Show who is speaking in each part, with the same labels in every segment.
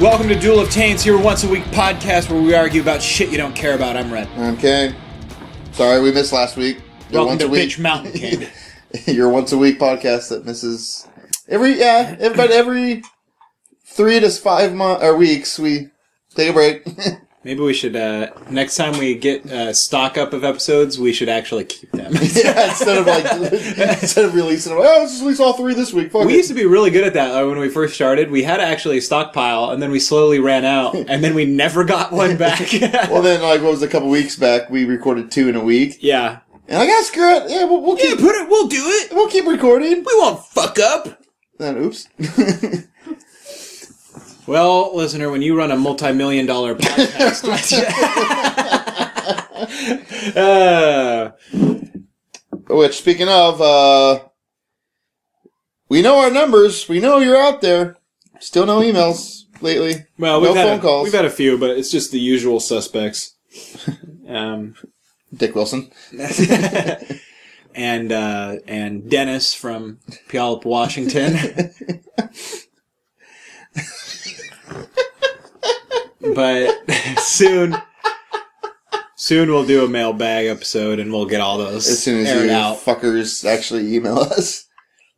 Speaker 1: Welcome to Duel of Taints, your once a week podcast where we argue about shit you don't care about. I'm Red.
Speaker 2: Okay. Sorry we missed last week.
Speaker 1: Welcome
Speaker 2: Your once
Speaker 1: to
Speaker 2: a week,
Speaker 1: Bitch Mountain King.
Speaker 2: your once a week podcast that misses every yeah every every three to five month or weeks we take a break.
Speaker 1: Maybe we should uh, next time we get uh, stock up of episodes, we should actually keep them.
Speaker 2: yeah, instead of like instead of releasing them, oh let's just release all three this week. Fuck
Speaker 1: we
Speaker 2: it.
Speaker 1: used to be really good at that uh, when we first started. We had actually a stockpile, and then we slowly ran out, and then we never got one back.
Speaker 2: well then like what was it, a couple weeks back we recorded two in a week
Speaker 1: yeah,
Speaker 2: and I guess screw it yeah we'll, we'll
Speaker 1: yeah,
Speaker 2: keep
Speaker 1: put it. We'll do it.
Speaker 2: we'll keep recording.
Speaker 1: We won't fuck up.
Speaker 2: Then oops.
Speaker 1: Well, listener, when you run a multi-million dollar podcast, uh,
Speaker 2: Which, speaking of, uh, we know our numbers. We know you're out there. Still no emails lately.
Speaker 1: Well, we've
Speaker 2: no
Speaker 1: had
Speaker 2: phone
Speaker 1: a,
Speaker 2: calls.
Speaker 1: We've had a few, but it's just the usual suspects. um,
Speaker 2: Dick Wilson.
Speaker 1: and uh, and Dennis from Puyallup, Washington. but soon, soon we'll do a mailbag episode, and we'll get all those
Speaker 2: As soon as
Speaker 1: aired
Speaker 2: you
Speaker 1: out.
Speaker 2: fuckers actually email us,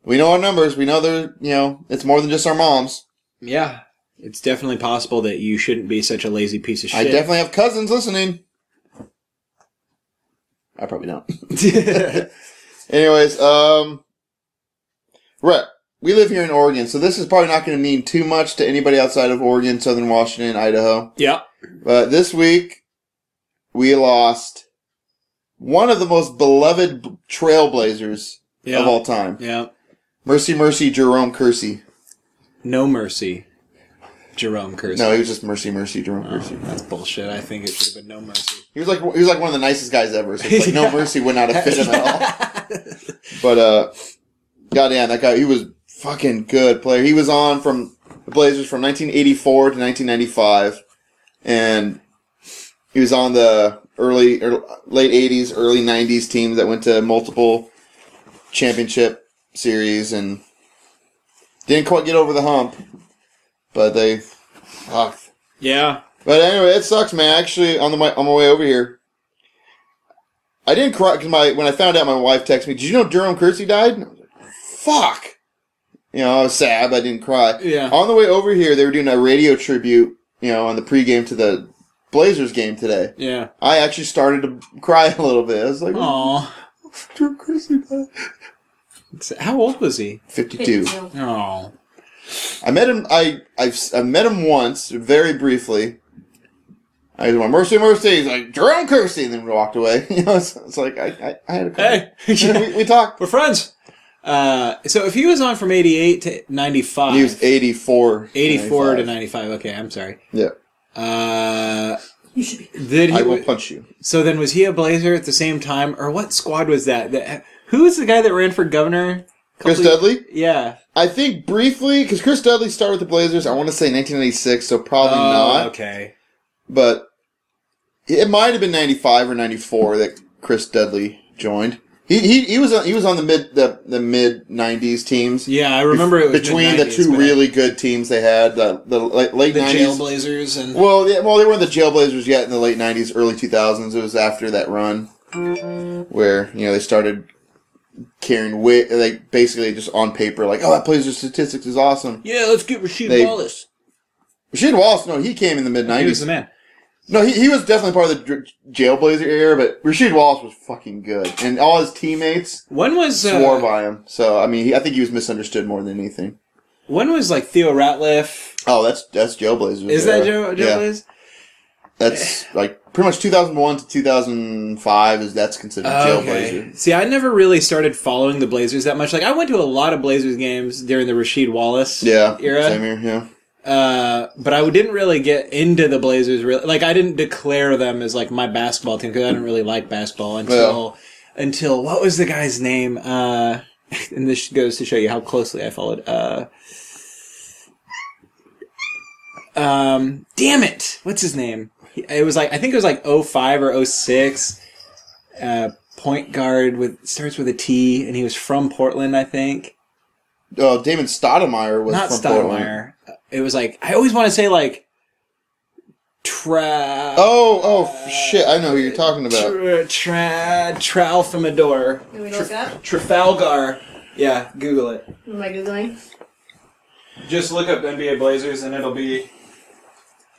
Speaker 2: we know our numbers. We know they're you know it's more than just our moms.
Speaker 1: Yeah, it's definitely possible that you shouldn't be such a lazy piece of shit.
Speaker 2: I definitely have cousins listening. I probably don't.
Speaker 1: definitely.
Speaker 2: Anyways, um, right. We live here in Oregon, so this is probably not going to mean too much to anybody outside of Oregon, Southern Washington, Idaho.
Speaker 1: yeah.
Speaker 2: But this week, we lost one of the most beloved b- trailblazers
Speaker 1: Yeah.
Speaker 2: of all time.
Speaker 1: yeah.
Speaker 2: Mercy, Mercy, Jerome Kersey.
Speaker 1: No mercy, Jerome Kersey.
Speaker 2: No, he was just Mercy, Mercy, Jerome
Speaker 1: Oh,
Speaker 2: Kersey.
Speaker 1: that's bullshit. I think it should have been no mercy.
Speaker 2: He was like he was like one of the nicest guys ever. So it's like
Speaker 1: Yeah.
Speaker 2: no mercy would not have fit him at all. But uh, goddamn, that guy he was fucking good player. He was on from the Blazers from 1984 to 1995, and he was on the early or late 80s, early 90s teams that went to multiple championship series and didn't quite get over the hump. But they, ah, fuck,
Speaker 1: yeah.
Speaker 2: but anyway, it sucks, man. Actually, on the my, on my way over here, I didn't cry because my when I found out, my wife texted me, "Did you know Durham Kersey died?" And I was like, "Fuck." You know, I was sad, but I didn't cry.
Speaker 1: Yeah.
Speaker 2: On the way over here, they were doing a radio tribute. You know, on the pregame to the Blazers game today,
Speaker 1: Yeah.
Speaker 2: I actually started to cry a little bit. I was like,
Speaker 1: Aw.
Speaker 2: "Durham Kersey died."
Speaker 1: How old was he?
Speaker 2: Fifty-two.
Speaker 1: Oh.
Speaker 2: I met him. I I've I met him once, very briefly. I went mercy, mercy. He's like Jerome Kersey, and then walked away. You know, it's, it's like I, I, I had a call.
Speaker 1: Hey.
Speaker 2: we, we talked.
Speaker 1: We're friends. Uh, so if he was on from 88 to 95.
Speaker 2: He was eighty four.
Speaker 1: 84 to 95. Okay, I'm sorry.
Speaker 2: Yeah,
Speaker 1: Uh, did he,
Speaker 2: I will punch you.
Speaker 1: so then was he a Blazer at the same time? Or what squad was that? that who was the guy that ran for governor?
Speaker 2: Chris
Speaker 1: Couple-
Speaker 2: Dudley.
Speaker 1: Yeah.
Speaker 2: I think briefly because Chris Dudley started with the Blazers. I want to say nineteen ninety six, so probably
Speaker 1: Oh,
Speaker 2: not.
Speaker 1: okay.
Speaker 2: But it might have been ninety five or ninety four that Chris Dudley joined. He, he, he was on, he was on the mid the, the mid nineties teams.
Speaker 1: Yeah, I remember it was
Speaker 2: between the
Speaker 1: mid-nineties,
Speaker 2: two
Speaker 1: but-
Speaker 2: really good teams they had the, the late, late
Speaker 1: the
Speaker 2: 90s
Speaker 1: Jailblazers and
Speaker 2: well they, well they weren't the jailblazers yet in the late 90s early 2000s it was after that run where you know they started carrying wit like basically just on paper like oh that blazer statistics is awesome
Speaker 1: Yeah, let's get Rasheed
Speaker 2: They-
Speaker 1: Wallace.
Speaker 2: Rasheed Wallace no he came in the mid
Speaker 1: He was
Speaker 2: 90s
Speaker 1: the man.
Speaker 2: no he, he was definitely part of the dr- jailblazer era but Rasheed Wallace was fucking good and all his teammates
Speaker 1: When was uh,
Speaker 2: swore by him so I mean he, I think he was misunderstood more than anything
Speaker 1: when was like Theo Ratliff?
Speaker 2: oh that's that's jailblazers
Speaker 1: Is
Speaker 2: era.
Speaker 1: that Joe Joe
Speaker 2: Yeah.
Speaker 1: Blaze?
Speaker 2: That's like pretty much 2001 to 2005 is that's considered
Speaker 1: Okay.
Speaker 2: jailblazer.
Speaker 1: See, I never really started following the Blazers that much. Like, I went to a lot of Blazers games during the Rasheed Wallace
Speaker 2: Yeah, same
Speaker 1: era,
Speaker 2: here. Yeah,
Speaker 1: uh, but I didn't really get into the Blazers. Really, like, I didn't declare them as like my basketball team because I didn't really like basketball until until what was the guy's name? Uh, and this goes to show you how closely I followed. Uh, um, damn it, what's his name? It was like I think it was like 05 or 06. Uh, point guard with starts with a T, and he was from Portland, I think.
Speaker 2: oh, Damon Stoudemire was
Speaker 1: Not
Speaker 2: from Portland.
Speaker 1: Stoudemire. It was like I always want to say like tra
Speaker 2: Oh, oh f- shit! I know who you're talking about.
Speaker 1: tra, tra Tralfamador
Speaker 3: Can we look up?
Speaker 1: Trafalgar. Yeah, Google it.
Speaker 3: Am I googling?
Speaker 1: Just look up NBA Blazers and it'll be.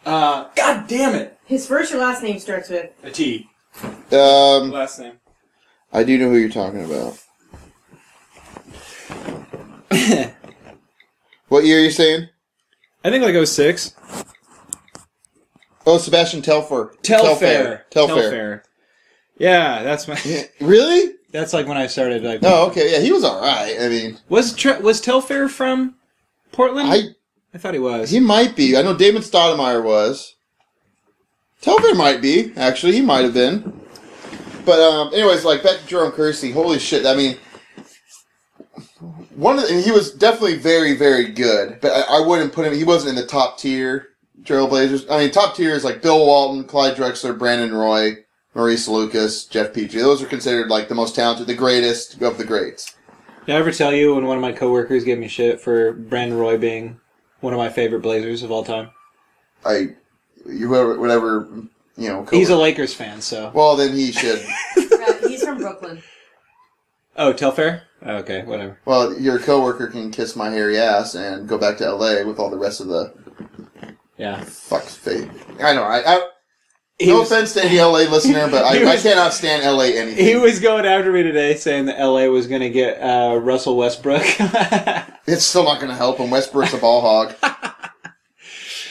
Speaker 1: Uh, God damn it,
Speaker 3: His first or last name starts with.
Speaker 1: a T
Speaker 2: Um,
Speaker 1: last name.
Speaker 2: I do know who you're talking about.
Speaker 1: I
Speaker 2: What year are you saying?
Speaker 1: think like 06.
Speaker 2: Oh, Sebastian Telfair.
Speaker 1: Telfair.
Speaker 2: Telfair.
Speaker 1: Yeah, that's my.
Speaker 2: Yeah, Really?
Speaker 1: That's like when I started. Like,
Speaker 2: No. Okay. Yeah, he was all right. I mean,
Speaker 1: was Tra- was Telfair from Portland?
Speaker 2: I
Speaker 1: I thought he was.
Speaker 2: he might be. I know Damon Stoudemire was. Telfair might be actually. He might have been. But um, anyways, like back to Jerome Kersey. Holy shit! I mean, one of the, and he was definitely very very good. But I, I wouldn't put him. He wasn't in the top tier. Trailblazers. I mean, top tier is like Bill Walton, Clyde Drexler, Brandon Roy, Maurice Lucas, Jeff Petrie. Those are considered like the most talented, the greatest of the greats.
Speaker 1: Did I ever tell you when one of my coworkers gave me shit for Brandon Roy being one of my favorite Blazers of all time?
Speaker 2: I you whoever whatever you know.
Speaker 1: He's a
Speaker 2: coworker.
Speaker 1: Lakers fan, so.
Speaker 2: well, then he should.
Speaker 3: Uh, he's from Brooklyn.
Speaker 1: Oh, Telfair? Okay, whatever.
Speaker 2: well, your coworker can kiss my hairy ass and go back to L.A. with all the rest of the
Speaker 1: Yeah.
Speaker 2: fuck's face. I know. I, I
Speaker 1: He
Speaker 2: no
Speaker 1: was-
Speaker 2: offense to any L.A. listener, but I,
Speaker 1: He was-
Speaker 2: I cannot stand L.A. anything.
Speaker 1: He was going after me today saying that LA was going to get uh, Russell Westbrook.
Speaker 2: it's still not going to help him. Westbrook's a ball hog.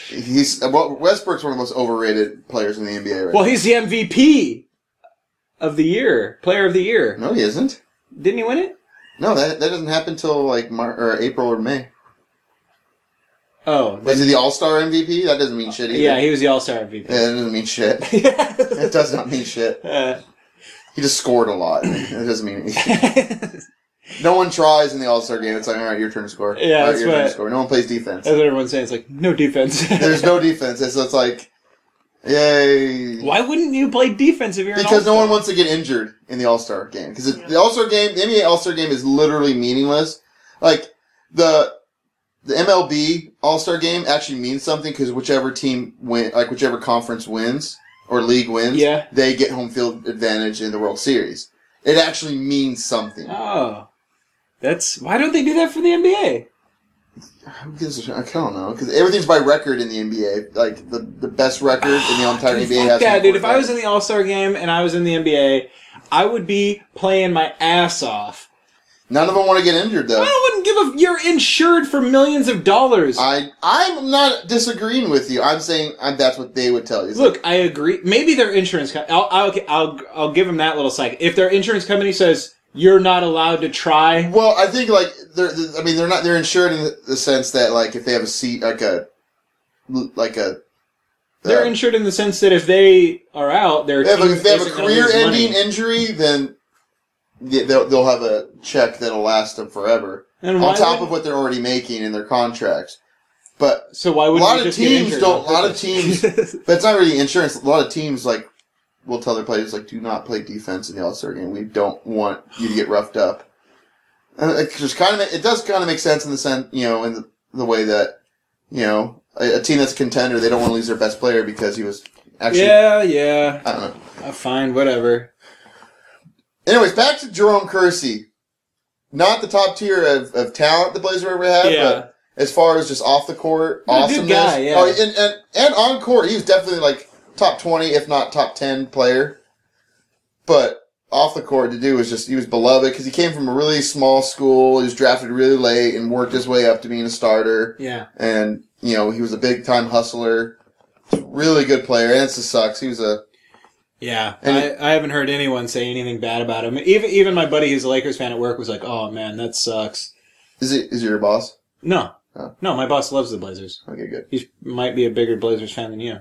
Speaker 2: He's well, Westbrook's one of the most overrated players in the NBA right
Speaker 1: well, he's the MVP of the year, player of the year.
Speaker 2: now. No, he isn't.
Speaker 1: Didn't he win it?
Speaker 2: No, that that doesn't happen till like Mar- or April or May.
Speaker 1: Oh,
Speaker 2: Was he the All Star MVP? That doesn't mean shit either.
Speaker 1: yeah, he was the All Star MVP.
Speaker 2: Yeah, that doesn't mean shit. That does not mean shit.
Speaker 1: Uh,
Speaker 2: He just scored a lot. That doesn't mean anything. No one tries in the All Star game. It's like, all right, your turn to score.
Speaker 1: Yeah,
Speaker 2: all right,
Speaker 1: that's
Speaker 2: your turn to
Speaker 1: what-
Speaker 2: score. No one plays defense.
Speaker 1: That's what everyone's saying. It's like no defense.
Speaker 2: There's no defense. It's, it's like, yay.
Speaker 1: Why wouldn't you play defense if you're an
Speaker 2: Because no
Speaker 1: all-star?
Speaker 2: one wants to get injured in the All Star game. Because the All Star game, the NBA All Star game is literally meaningless. Like the the MLB All Star game actually means something because whichever team win, like whichever conference wins or league wins,
Speaker 1: Yeah.
Speaker 2: they get home field advantage in the World Series. It actually means something.
Speaker 1: Oh, that's why don't they do that for the NBA?
Speaker 2: Who gives a shit? I don't know because everything's by record in the NBA. Like the, the best record in the entire
Speaker 1: Dude,
Speaker 2: NBA
Speaker 1: fuck
Speaker 2: has
Speaker 1: that,
Speaker 2: one
Speaker 1: dude. If I
Speaker 2: quarterback.
Speaker 1: was in the All Star game and I was in the NBA, I would be playing my ass off.
Speaker 2: None of them want to get injured though.
Speaker 1: I wouldn't give a. You're insured for millions of dollars.
Speaker 2: I I'm not disagreeing with you. I'm saying I, that's what they would tell you. It's
Speaker 1: Look, I agree. Maybe their insurance. Co- I'll, I'll I'll I'll give them that little psych. If their insurance company says you're not allowed to try,
Speaker 2: like- well, I think like they're, they're- I mean they're not they're insured in the- the sense that like if they have a seat like a like a
Speaker 1: they're
Speaker 2: uh,
Speaker 1: insured in the sense that if they are out, their
Speaker 2: if they have
Speaker 1: team
Speaker 2: a, if they have a
Speaker 1: isn't gonna lose
Speaker 2: career ending
Speaker 1: money.
Speaker 2: injury then yeah, they'll they'll have a check that'll last them forever
Speaker 1: And why
Speaker 2: on top
Speaker 1: would-
Speaker 2: of what they're already making in their contracts. But
Speaker 1: So why would
Speaker 2: A lot
Speaker 1: you
Speaker 2: of
Speaker 1: just get
Speaker 2: teams
Speaker 1: injured
Speaker 2: don't-
Speaker 1: on
Speaker 2: a lot of
Speaker 1: purpose?
Speaker 2: But it's not really insurance. A lot of teams like will tell their players like, "Do not play defense in the All Star game. We don't want you to get roughed up." And it just kind of it does kind of make sense in the sense you know in the, the way that you know a, a team that's a contender they don't want to lose their best player because he was actually
Speaker 1: yeah, yeah.
Speaker 2: I don't know.
Speaker 1: Uh, fine, whatever.
Speaker 2: Anyways, back to Jerome Kersey. Not the top tier of, of talent the Blazers ever had,
Speaker 1: Yeah.
Speaker 2: but as far as just off the court,
Speaker 1: He's a
Speaker 2: awesomeness.
Speaker 1: good guy, yeah.
Speaker 2: Oh, and, and, and on court, he was definitely like top 20, if not top 10 player. But off the court, to do was just, he was beloved because he came from a really small school. He was drafted really late and worked his way up to being a starter.
Speaker 1: Yeah.
Speaker 2: And, you know, he was a big time hustler. Really good player. And it just sucks. He was a,
Speaker 1: Yeah.
Speaker 2: And
Speaker 1: I, I haven't heard anyone say anything bad about him. Even even my buddy who's a Lakers fan at work was like, Oh man, that sucks.
Speaker 2: is he, is he your boss?
Speaker 1: No.
Speaker 2: Oh.
Speaker 1: No, my boss loves the Blazers.
Speaker 2: Okay, good.
Speaker 1: He might be a bigger Blazers fan than you.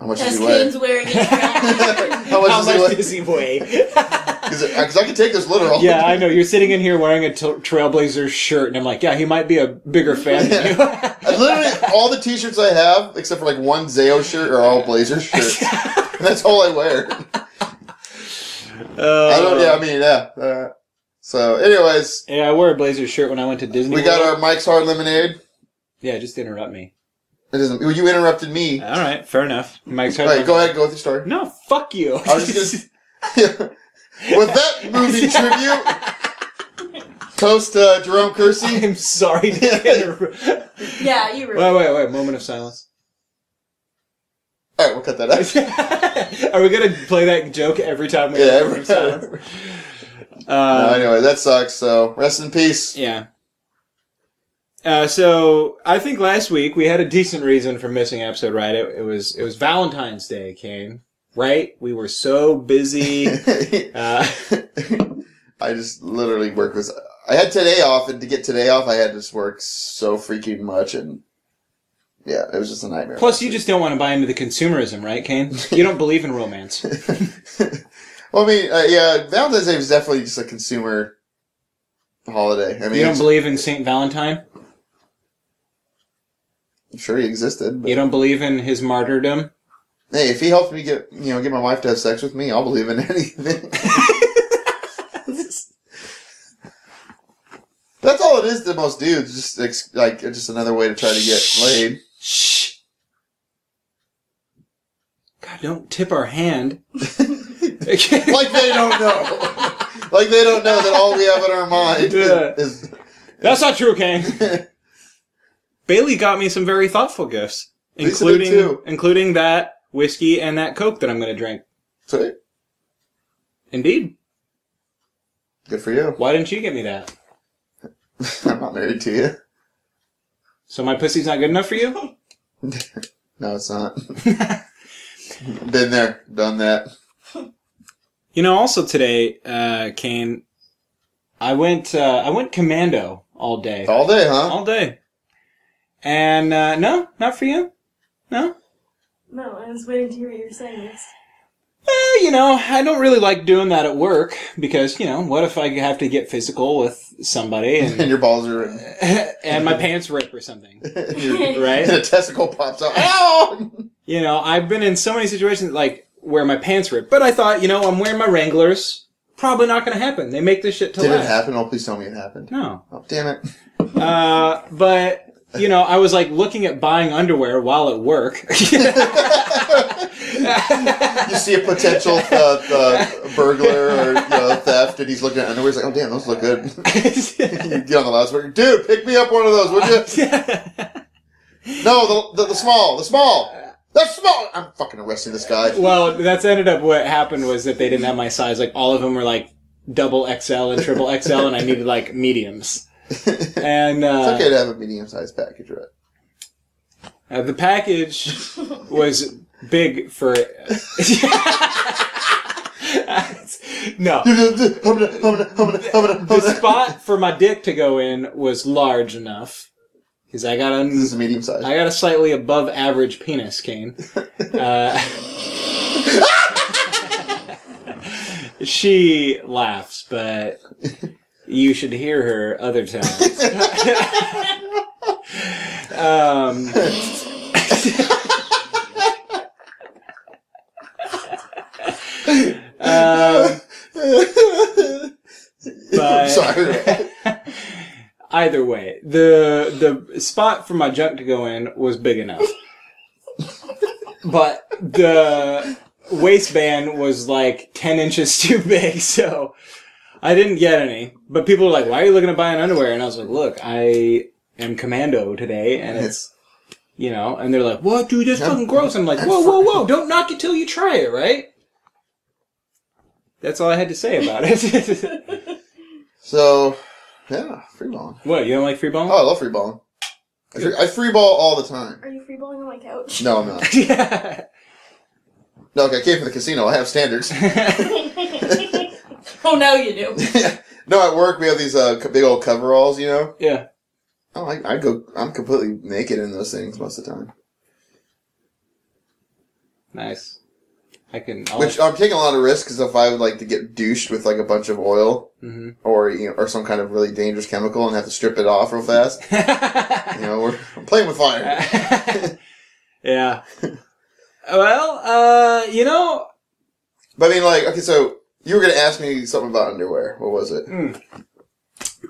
Speaker 2: How much does
Speaker 3: Because
Speaker 2: he weigh?
Speaker 3: Kane's wearing his crown.
Speaker 2: Oh, How much does he weigh?
Speaker 1: he weigh?
Speaker 2: Because I can take this literal.
Speaker 1: yeah, I know. You're sitting in here wearing a t- Trailblazer shirt, and I'm like, yeah, he might be a bigger fan than you.
Speaker 2: I literally all the T-shirts I have, except for like one Zayo shirt, are all Blazer shirts. and that's all I wear.
Speaker 1: Uh,
Speaker 2: I don't. Yeah, I mean, yeah. Uh, so, anyways,
Speaker 1: Yeah, I wore a Blazer shirt when I went to Disney.
Speaker 2: we got
Speaker 1: World.
Speaker 2: our Mike's Hard Lemonade.
Speaker 1: Yeah, just interrupt me.
Speaker 2: It doesn't. Well, you interrupted me.
Speaker 1: All right, fair enough. Mike's
Speaker 2: All right, go ahead. Go with your story.
Speaker 1: No, fuck you.
Speaker 2: I was just gonna. with that movie tribute, toast uh, Jerome Kersey.
Speaker 1: I'm sorry. To interrupt.
Speaker 3: Yeah, you
Speaker 1: Wait,
Speaker 3: were.
Speaker 1: wait, wait. Moment of silence.
Speaker 2: All right, we'll cut that out.
Speaker 1: Are we gonna play that joke every time we
Speaker 2: Yeah,
Speaker 1: have a
Speaker 2: every
Speaker 1: moment of
Speaker 2: time.
Speaker 1: silence?
Speaker 2: No,
Speaker 1: Uh,
Speaker 2: anyway, that sucks. So rest in peace.
Speaker 1: yeah. Uh, so I think last week we had a decent reason for missing episode, right? It, it was it was Valentine's Day, Kane. Right? We were so busy. uh,
Speaker 2: I just literally work this. I had today off, and to get today off, I had to work so freaking much, and yeah, it was just a nightmare.
Speaker 1: plus, you just don't want to buy into the consumerism, right, Kane? You don't believe in romance.
Speaker 2: well, I mean, uh, yeah, Valentine's Day was definitely just a consumer holiday. I mean,
Speaker 1: You don't
Speaker 2: it's-
Speaker 1: believe in Saint Valentine.
Speaker 2: I'm sure he existed, but
Speaker 1: You don't believe in his martyrdom.
Speaker 2: hey, if he helped me get you know get my wife to have sex with me, I'll believe in anything. That's all it is to most dudes. Just ex- like it's just another way to try to get laid.
Speaker 1: Shh. God, don't tip our hand.
Speaker 2: like they don't know. like they don't know that all we have in our mind
Speaker 1: Yeah.
Speaker 2: is.
Speaker 1: That's not true, Kane. Bailey got me some very thoughtful gifts,
Speaker 2: Lisa did
Speaker 1: including
Speaker 2: too.
Speaker 1: including that whiskey and that Coke that I'm going to drink.
Speaker 2: Sweet.
Speaker 1: Indeed.
Speaker 2: Good for you.
Speaker 1: Why didn't you get me that?
Speaker 2: I'm not married to you.
Speaker 1: So my pussy's not good enough for you?
Speaker 2: No, it's not. Been there, done that.
Speaker 1: You know, also today, uh, Kane, I went uh, I went commando all day.
Speaker 2: All day, huh?
Speaker 1: All day. And uh, no, not for you. No.
Speaker 3: No, I was waiting to hear what you were saying next.
Speaker 1: Well, Eh, you know, I don't really like doing that at work because, you know, what if I have to get physical with somebody and
Speaker 2: And your balls are. and
Speaker 1: and my pants rip or something,
Speaker 2: your-
Speaker 1: right?
Speaker 2: and a testicle pops out. Ow!
Speaker 1: You know, I've been in so many situations like where my pants rip, but I thought, you know, I'm wearing my Wranglers. Probably not going to happen. They make this shit to
Speaker 2: Did it
Speaker 1: last.
Speaker 2: happen? Oh, please tell me it happened.
Speaker 1: No,
Speaker 2: Oh, damn it.
Speaker 1: uh, but you know, I was like looking at buying underwear while at work.
Speaker 2: You see a potential uh, uh, burglar or you know, theft, and he's looking at underwear. He's like, oh, damn, those look good. you get on the loudspeaker. Dude, pick me up one of those, would you? No, the, the, the small, the small. The small. I'm fucking arresting this guy.
Speaker 1: well, that's ended up what happened was that they didn't have my size. Like all of them were like double XL and triple XL, and I needed like mediums. And uh,
Speaker 2: It's okay to have a medium sized package, right?
Speaker 1: Uh, the package was big for. no. The
Speaker 2: This
Speaker 1: spot for my dick to go in was large enough. Because I got
Speaker 2: is
Speaker 1: a,
Speaker 2: medium
Speaker 1: I
Speaker 2: sized.
Speaker 1: got a slightly above average penis, Kane. Uh, she laughs, but you should hear her other times. um. um, but-
Speaker 2: Sorry.
Speaker 1: either way, the the spot for my junk to go in was big enough, but the waistband was like ten inches too big, so I didn't get any. But people were like, "Why are you looking at buying underwear?" And I was like, "Look, I am commando today, and it's." You know, and they're like, "What, dude? That's fucking gross." I'm like, "Whoa, whoa, whoa! Don't knock it till you try it, right?" That's all I had to say about it.
Speaker 2: So, yeah, free balling.
Speaker 1: what? You don't like free
Speaker 2: Oh,
Speaker 1: ball?
Speaker 2: I love free balling. I free, I free ball all the time.
Speaker 3: Are you freeballing on my couch?
Speaker 2: No, I'm not.
Speaker 1: yeah.
Speaker 2: No, okay, I came from the casino. I have standards.
Speaker 3: oh, now you do.
Speaker 2: no, at work we have these uh, co- big old coveralls, you know.
Speaker 1: Yeah.
Speaker 2: Oh, I, I go. I'm completely naked in those things most of the time.
Speaker 1: Nice. I can. I'll,
Speaker 2: Which I'm taking a lot of risks because if I would like to get douched with like a bunch of oil
Speaker 1: Mhm.
Speaker 2: or you know, or some kind of really dangerous chemical and have to strip it off real fast, you know, we're I'm playing with fire.
Speaker 1: yeah. Well, uh, you know,
Speaker 2: But I mean, like, okay, so you were gonna ask me something about underwear. What was it?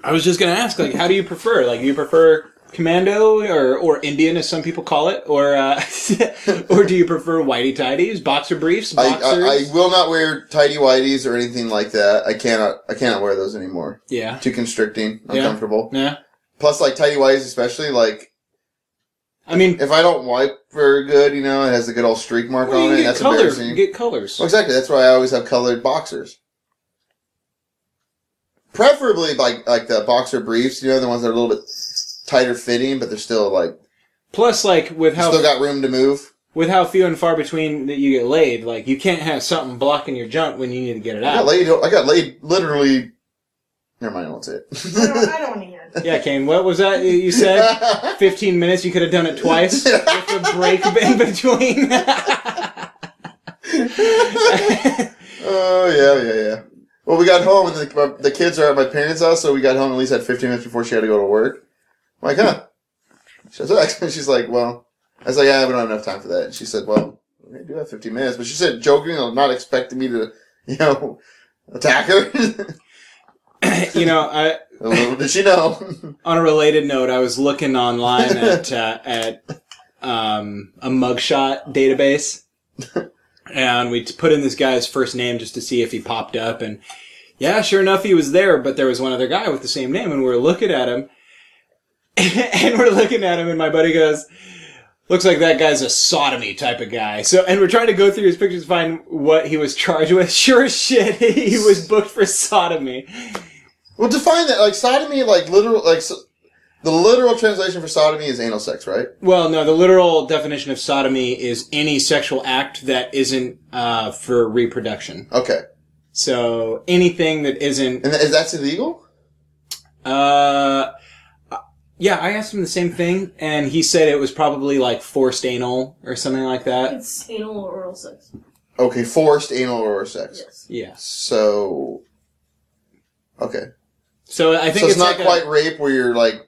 Speaker 1: I was just gonna ask, like, how do you prefer? Like, do you prefer commando or or Indian as some people call it, or uh, or do you prefer whitey tidies, boxer briefs,
Speaker 2: I,
Speaker 1: boxers?
Speaker 2: I, I will not wear tidy whities or anything like that. I cannot I cannot wear those anymore.
Speaker 1: yeah,
Speaker 2: Too constricting,
Speaker 1: Yeah.
Speaker 2: uncomfortable.
Speaker 1: yeah.
Speaker 2: Plus, like tidy whities, especially like
Speaker 1: I mean,
Speaker 2: if I don't wipe very good, you know, it has a good old streak mark
Speaker 1: well,
Speaker 2: on
Speaker 1: you
Speaker 2: it.
Speaker 1: can
Speaker 2: and
Speaker 1: get
Speaker 2: That's
Speaker 1: colors.
Speaker 2: embarrassing.
Speaker 1: You get colors.
Speaker 2: Well, exactly. That's why I always have colored boxers. Preferably like like the boxer briefs, you know, the ones that are a little bit tighter fitting, but they're still like
Speaker 1: Plus, like with how
Speaker 2: still got room to move.
Speaker 1: with how few and far between that you get laid, like you can't have something blocking your junk when you need to get it
Speaker 2: I got
Speaker 1: out.
Speaker 2: laid. I got laid literally. Never mind. I won't say
Speaker 3: I don't,
Speaker 2: it.
Speaker 3: I don't want to hear it.
Speaker 1: Yeah, Kane, what was that you- you said? 15 minutes, you could have done it twice with a break in between.
Speaker 2: oh yeah, yeah, yeah. Well, we got home and the, the kids are at my parents' house, so we got home at least at 15 minutes before she had to go to work. I'm like, huh? She was like, she's like, well, I was like, I haven't enough time for that. And she said, well, we do have 15 minutes, but she said joking, not expecting me to, you know, attack her.
Speaker 1: you know, I,
Speaker 2: Little did she know?
Speaker 1: on a related note, I was looking online at uh, at um, a mugshot database, and we t- put in this guy's first name just to see if he popped up. And yeah, sure enough, he was there. But there was one other guy with the same name, and we were looking at him, and we're looking at him, and my buddy goes. Looks like that guy's a sodomy type of guy. So, and we're trying to go through his pictures to find what he was charged with. Sure as shit, he was booked for sodomy.
Speaker 2: well, define that. Like sodomy, like literal, like so, the literal translation for sodomy is anal sex, right?
Speaker 1: Well, no, the literal definition of sodomy is any sexual act that isn't uh, for reproduction.
Speaker 2: Okay,
Speaker 1: So anything that isn't.
Speaker 2: and th- is that's illegal?
Speaker 1: Uh, yeah, I asked him the same thing, and he said it was probably like forced anal or something like that.
Speaker 3: It's anal or oral sex.
Speaker 2: Okay, forced anal oral sex.
Speaker 3: Yes.
Speaker 1: Yeah.
Speaker 2: So, okay.
Speaker 1: So I think
Speaker 2: so it's,
Speaker 1: it's,
Speaker 2: not
Speaker 1: like a-
Speaker 2: quite rape where you're like.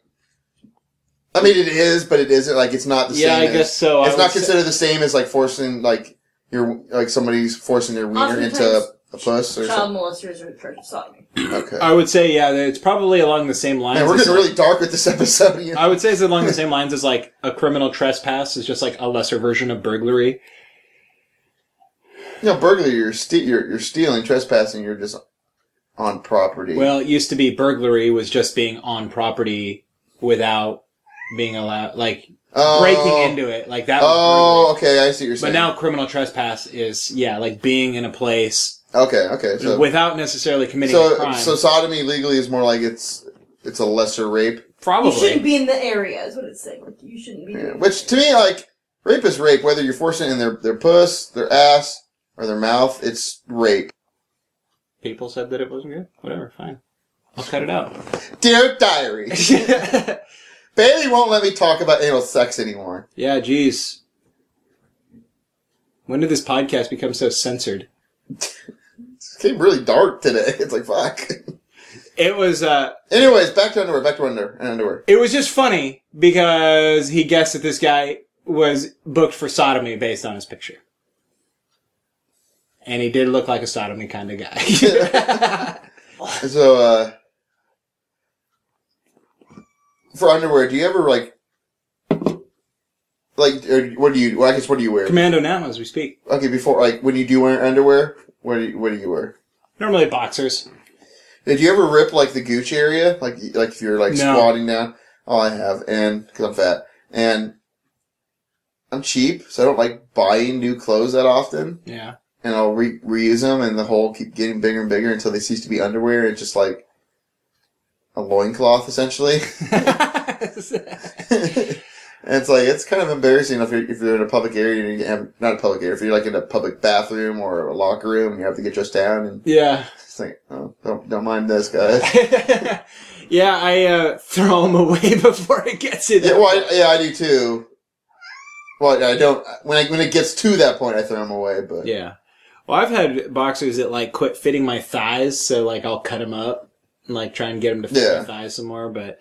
Speaker 2: I mean, it is, but it isn't. Like, it's not the
Speaker 1: yeah,
Speaker 2: same.
Speaker 1: I guess
Speaker 2: as,
Speaker 1: so. I
Speaker 2: it's
Speaker 1: would
Speaker 2: not
Speaker 1: say-
Speaker 2: considered the same as like forcing like your like somebody's forcing their wiener
Speaker 3: Oftentimes,
Speaker 2: into a, a puss or
Speaker 3: Child molesters are charged with sodomy.
Speaker 2: something. Okay.
Speaker 1: I would say yeah, that it's probably along the same lines.
Speaker 2: Man, we're
Speaker 1: as,
Speaker 2: getting
Speaker 1: like-
Speaker 2: really dark with this episode. You know?
Speaker 1: I would say it's along the same lines as like a criminal trespass is just like a lesser version of burglary.
Speaker 2: You know, burglary. You're, ste- you're you're stealing, trespassing. You're just on property.
Speaker 1: Well, it used to be burglary was just being on property without being allowed, like
Speaker 2: oh,
Speaker 1: breaking into it, like that. Was
Speaker 2: Oh, okay. I see what you're
Speaker 1: burglary.
Speaker 2: saying.
Speaker 1: But now criminal trespass is yeah, like being in a place
Speaker 2: okay, okay. So,
Speaker 1: without necessarily committing a
Speaker 2: so,
Speaker 1: crime.
Speaker 2: so sodomy legally is more like it's it's a lesser rape.
Speaker 1: probably
Speaker 3: You shouldn't be in the area, is what it's saying. Like, you shouldn't be.
Speaker 2: Yeah, Which to me, like, rape is rape, whether you're forcing it in their, their puss, their ass, or their mouth, it's rape.
Speaker 1: people said that it wasn't good. Whatever, fine. I'll cut it out.
Speaker 2: Dear diary, Bailey won't let me talk about anal sex anymore.
Speaker 1: yeah, jeez. When did this podcast become so censored?
Speaker 2: It came really dark today. It's like, fuck.
Speaker 1: It was uh
Speaker 2: Anyways, back to underwear, back to under, underwear.
Speaker 1: It was just funny because he guessed that this guy was booked for sodomy based on his picture. And he did look like a sodomy kind of guy.
Speaker 2: So, uh, for underwear, do you ever, like, like, or what do you, well, I guess, what do you wear?
Speaker 1: Commando now as we speak.
Speaker 2: Okay, before, like, when you do wear underwear, what do you, what do you wear?
Speaker 1: Normally boxers.
Speaker 2: Did you ever rip like the gooch area? Like like if you're like
Speaker 1: No.
Speaker 2: squatting down? Oh, I have, and because I'm fat, and I'm cheap, so I don't like buying new clothes that often.
Speaker 1: Yeah.
Speaker 2: And I'll re- reuse them, and the hole keep getting bigger and bigger until they cease to be underwear. It's just like a loincloth essentially. and it's like it's kind of embarrassing if you're if you're in a public area and you have, not a public area if you're like in a public bathroom or a locker room and you have to get dressed down and
Speaker 1: yeah.
Speaker 2: it's like oh don't don't mind this guys.
Speaker 1: yeah, I uh, throw him away before it gets in
Speaker 2: Yeah, well, I, yeah, I do too. Well, I don't. When I, when it gets to that point, I throw them away. But
Speaker 1: Yeah. Well, I've had boxers that like quit fitting my thighs, so like I'll cut them up and like try and get them to fit
Speaker 2: Yeah.
Speaker 1: my thighs some more. But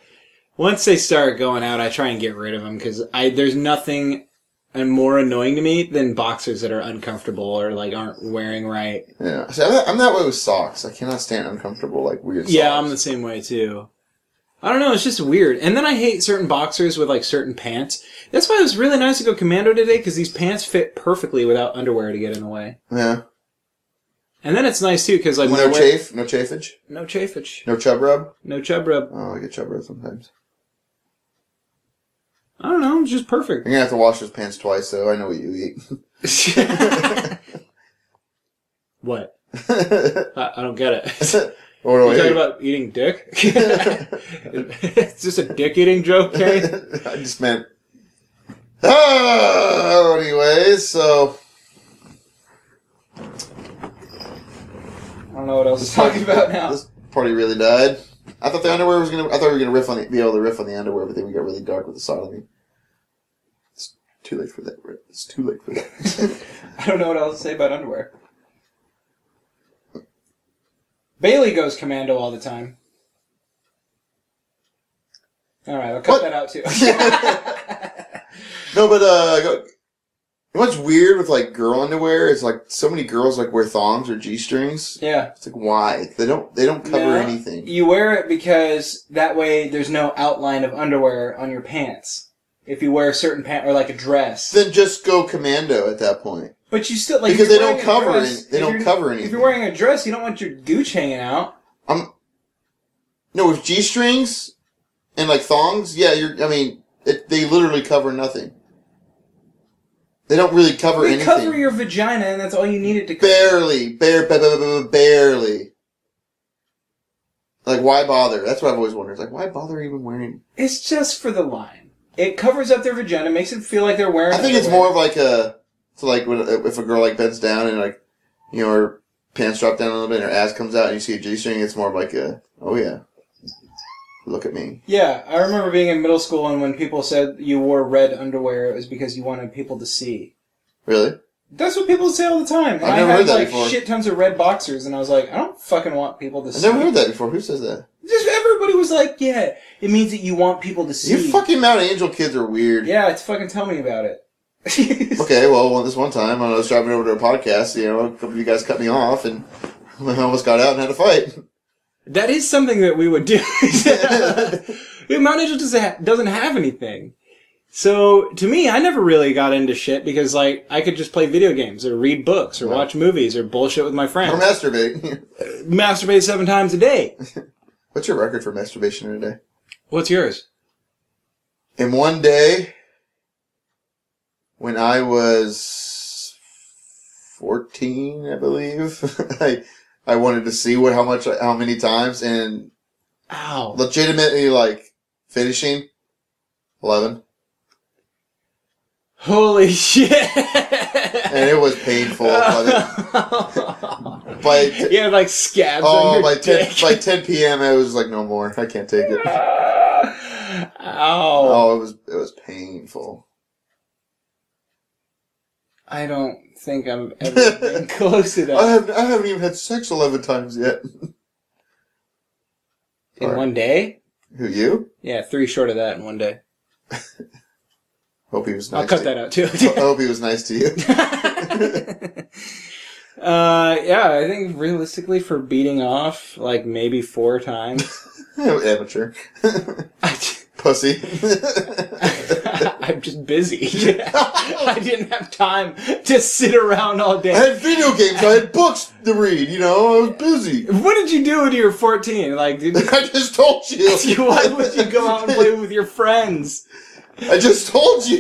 Speaker 1: once they start going out, I try and get rid of them because I there's nothing and more annoying to me than boxers that are uncomfortable or like aren't wearing right.
Speaker 2: yeah, See, I'm, that, I'm that way with socks. I cannot stand uncomfortable, like weird.
Speaker 1: Yeah,
Speaker 2: socks.
Speaker 1: I'm the same way too. I don't know. It's just weird. And then I hate certain boxers with like certain pants. That's why it was really nice to go commando today because these pants fit perfectly without underwear to get in the way.
Speaker 2: Yeah.
Speaker 1: And then it's nice too because like when I
Speaker 2: No
Speaker 1: wear
Speaker 2: chafe, no chafage,
Speaker 1: no chafage,
Speaker 2: no chub rub.
Speaker 1: no chub rub.
Speaker 2: Oh, I get chub rub sometimes.
Speaker 1: I don't know. It's just perfect.
Speaker 2: You're gonna have to wash those pants twice, though. I know what you eat.
Speaker 1: what?
Speaker 2: what
Speaker 1: I, I don't get it.
Speaker 2: do
Speaker 1: You
Speaker 2: I
Speaker 1: talking
Speaker 2: eat?
Speaker 1: about eating dick? it's just a dick eating joke, Kay?
Speaker 2: I just meant. Oh, anyways, so
Speaker 1: I don't know what else to talk about now.
Speaker 2: This party really died. I thought the underwear was gonna. I thought we were gonna riff on the, be able to riff on the underwear, but then we got really dark with the sodomy. It's too late for that. Riff. It's too late for that.
Speaker 1: I don't know what else to say about underwear. Bailey goes commando all the time. All right, I'll cut
Speaker 2: What?
Speaker 1: that out too.
Speaker 2: no, but uh, go, what's weird with like girl underwear is like so many girls like wear thongs or g strings.
Speaker 1: yeah,
Speaker 2: It's like why they don't they don't cover
Speaker 1: No.
Speaker 2: anything.
Speaker 1: you wear it because that way there's no outline of underwear on your pants. If you wear a certain pant or like a dress,
Speaker 2: Then just go commando at that point
Speaker 1: but you still like if
Speaker 2: because
Speaker 1: you're
Speaker 2: they don't
Speaker 1: wearing a
Speaker 2: cover
Speaker 1: dress,
Speaker 2: any, they
Speaker 1: if
Speaker 2: don't
Speaker 1: you're-
Speaker 2: cover anything.
Speaker 1: If you're wearing a dress, you don't want your gooch hanging out.
Speaker 2: I'm no with g strings and like thongs. Yeah, you're. I mean, it, they literally cover nothing. They don't really cover
Speaker 1: You
Speaker 2: anything.
Speaker 1: cover your vagina, and that's all you needed to cover.
Speaker 2: barely, bare, ba- ba- ba- ba- barely. Like, why bother? That's what I've always wondered. It's like, why bother even wearing?
Speaker 1: It's just for the line. It covers up their vagina, makes it feel like they're wearing.
Speaker 2: I think it's
Speaker 1: underwear.
Speaker 2: more of like a, it's like when if a girl like bends down and like, you know, her pants drop down a little bit and her ass comes out and you see a g string. It's more of like a, oh yeah, look at me.
Speaker 1: Yeah, I remember being in middle school, and when people said you wore red underwear, it was because you wanted people to see.
Speaker 2: Really?
Speaker 1: That's what people say all the time. And
Speaker 2: I've
Speaker 1: I
Speaker 2: never
Speaker 1: had
Speaker 2: heard that
Speaker 1: like
Speaker 2: before.
Speaker 1: shit tons of red boxers, and I was like, I don't fucking want people to
Speaker 2: I've
Speaker 1: see.
Speaker 2: never heard that before. Who says that?
Speaker 1: Just everybody was like, yeah, it means that you want people to see.
Speaker 2: You fucking Mount Angel kids are weird.
Speaker 1: Yeah, it's fucking tell me about it.
Speaker 2: Okay, well, one- this one time when I was driving over to a podcast, you know, a couple of you guys cut me off, and I almost got out and had a fight.
Speaker 1: That is something that we would do. Dude, Mount Angel doesn't ha- doesn't have anything. So to me, I never really got into shit because like I could just play video games or read books or watch movies or bullshit with my
Speaker 2: Or
Speaker 1: friends.
Speaker 2: masturbate.
Speaker 1: Masturbate seven times a day.
Speaker 2: What's your record for masturbation in a day?
Speaker 1: What's yours?
Speaker 2: In one day, when I was fourteen, I believe, I I wanted to see what how much how many times and
Speaker 1: Ow.
Speaker 2: legitimately like finishing eleven,
Speaker 1: Holy shit.
Speaker 2: and it was painful. by the,
Speaker 1: yeah,
Speaker 2: by
Speaker 1: like scabs on
Speaker 2: Oh,
Speaker 1: your
Speaker 2: by ten,
Speaker 1: dick.
Speaker 2: by ten p.m. I was like, no more. I can't take it.
Speaker 1: Ow.
Speaker 2: Oh, it was it was painful.
Speaker 1: I don't think I'm ever been close to
Speaker 2: I
Speaker 1: that
Speaker 2: haven't I haven't even had sex eleven times yet.
Speaker 1: in one day.
Speaker 2: Who you?
Speaker 1: Yeah, three short of that in one day.
Speaker 2: Hope he was nice.
Speaker 1: I'll cut
Speaker 2: to
Speaker 1: that out too.
Speaker 2: I hope he was nice to you.
Speaker 1: uh, yeah, I think realistically for beating off, like maybe four times.
Speaker 2: Amateur
Speaker 1: I j-
Speaker 2: pussy.
Speaker 1: I'm just busy. I didn't have time to sit around all
Speaker 2: I
Speaker 1: day.
Speaker 2: had video games. I had books to read. You know, I was busy.
Speaker 1: What did you do when you were 14? Like, did
Speaker 2: I just told you.
Speaker 1: you, why would you go out and play with your friends?
Speaker 2: I just told you.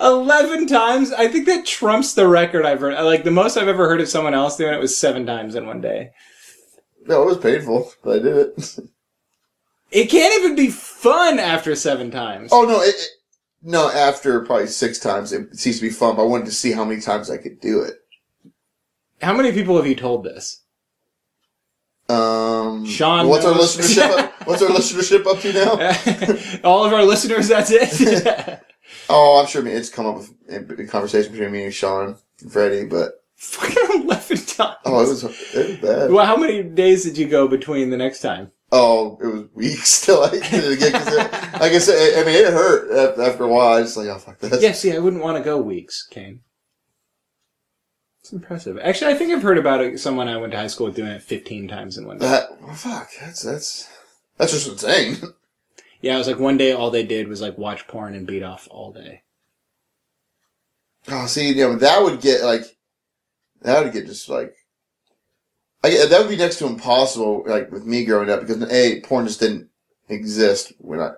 Speaker 1: 11 times? I think that trumps the record I've heard. Like, the most I've ever heard of someone else doing it was seven times in one day.
Speaker 2: no, it was painful, but I did it.
Speaker 1: It can't even be fun after seven times.
Speaker 2: Oh no, it, it, no. After probably six times, it ceased to be fun. But I wanted to see how many times I could do it.
Speaker 1: How many people have you told this?
Speaker 2: Um,
Speaker 1: Sean
Speaker 2: what's our
Speaker 1: knows.
Speaker 2: listenership? Up, what's our listenership up to now?
Speaker 1: All of our listeners, that's it?
Speaker 2: Oh, I'm sure it's come up with- in in conversation between me and Sean and Freddie, but
Speaker 1: Fucking 11 times.
Speaker 2: oh, it was it was bad.
Speaker 1: Well, how many days did you go between the next time? Oh,
Speaker 2: Oh, it was weeks till I did it again. 'cause it- like I said, I mean, it hurt af- after a while. I was just like, oh fuck this.
Speaker 1: Yeah, see, I wouldn't want to go weeks, Kane. It's impressive. Actually, I think I've heard about it, someone I went to high school with doing it 15 times in one day.
Speaker 2: That well, fuck. That's that's that's just insane.
Speaker 1: Yeah, it was like one day all they did was like watch porn and beat off all day.
Speaker 2: Oh, see, you know, that would get like that would get just like I, that would be next to impossible. Like with me growing up, because a porn just didn't exist when I.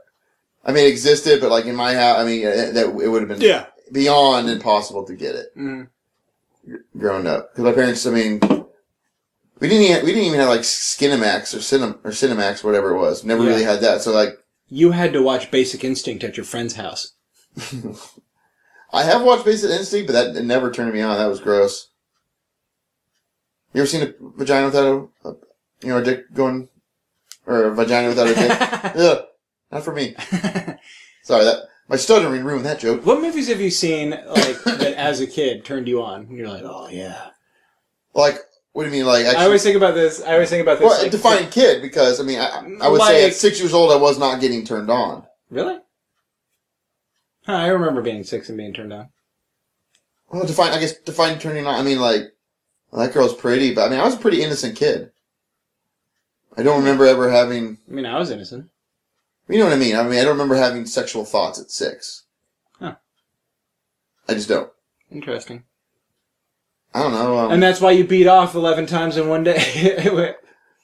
Speaker 2: I mean, it existed, but like in my house, I mean, eh, that it would have been beyond impossible to get it
Speaker 1: Mm.
Speaker 2: growing up. Because my parents, I mean, we didn't even, we didn't even have like Skinamax or Cinem or Cinemax, whatever it was. Never
Speaker 1: Yeah.
Speaker 2: really had that. So like,
Speaker 1: You had to watch Basic Instinct at your friend's house.
Speaker 2: I have watched Basic Instinct, but that it never turned me on. That was gross. You ever seen a vagina without a, a you know, a dick going, or a vagina without a dick? Ugh, not for me. Sorry, that my stuttering ruined that joke.
Speaker 1: what movies have you seen like that as a kid turned you on? And you're like, oh yeah.
Speaker 2: Like, what do you mean? Like,
Speaker 1: I always think about this. I always think about this.
Speaker 2: well,
Speaker 1: like-
Speaker 2: define kid because I mean, I, I would say
Speaker 1: Like-
Speaker 2: at six years old, I was not getting turned on.
Speaker 1: Really? Huh, I remember being six and being turned on.
Speaker 2: Well, define. I guess define turning on. I mean, like well, that girl's pretty, but I mean, I was a pretty innocent kid. I don't remember ever having.
Speaker 1: I mean, I was innocent.
Speaker 2: You know what I mean? I mean, I don't remember having sexual thoughts at six.
Speaker 1: Huh.
Speaker 2: I just don't.
Speaker 1: Interesting.
Speaker 2: I don't know. Um,
Speaker 1: And that's why you beat off eleven times in one day.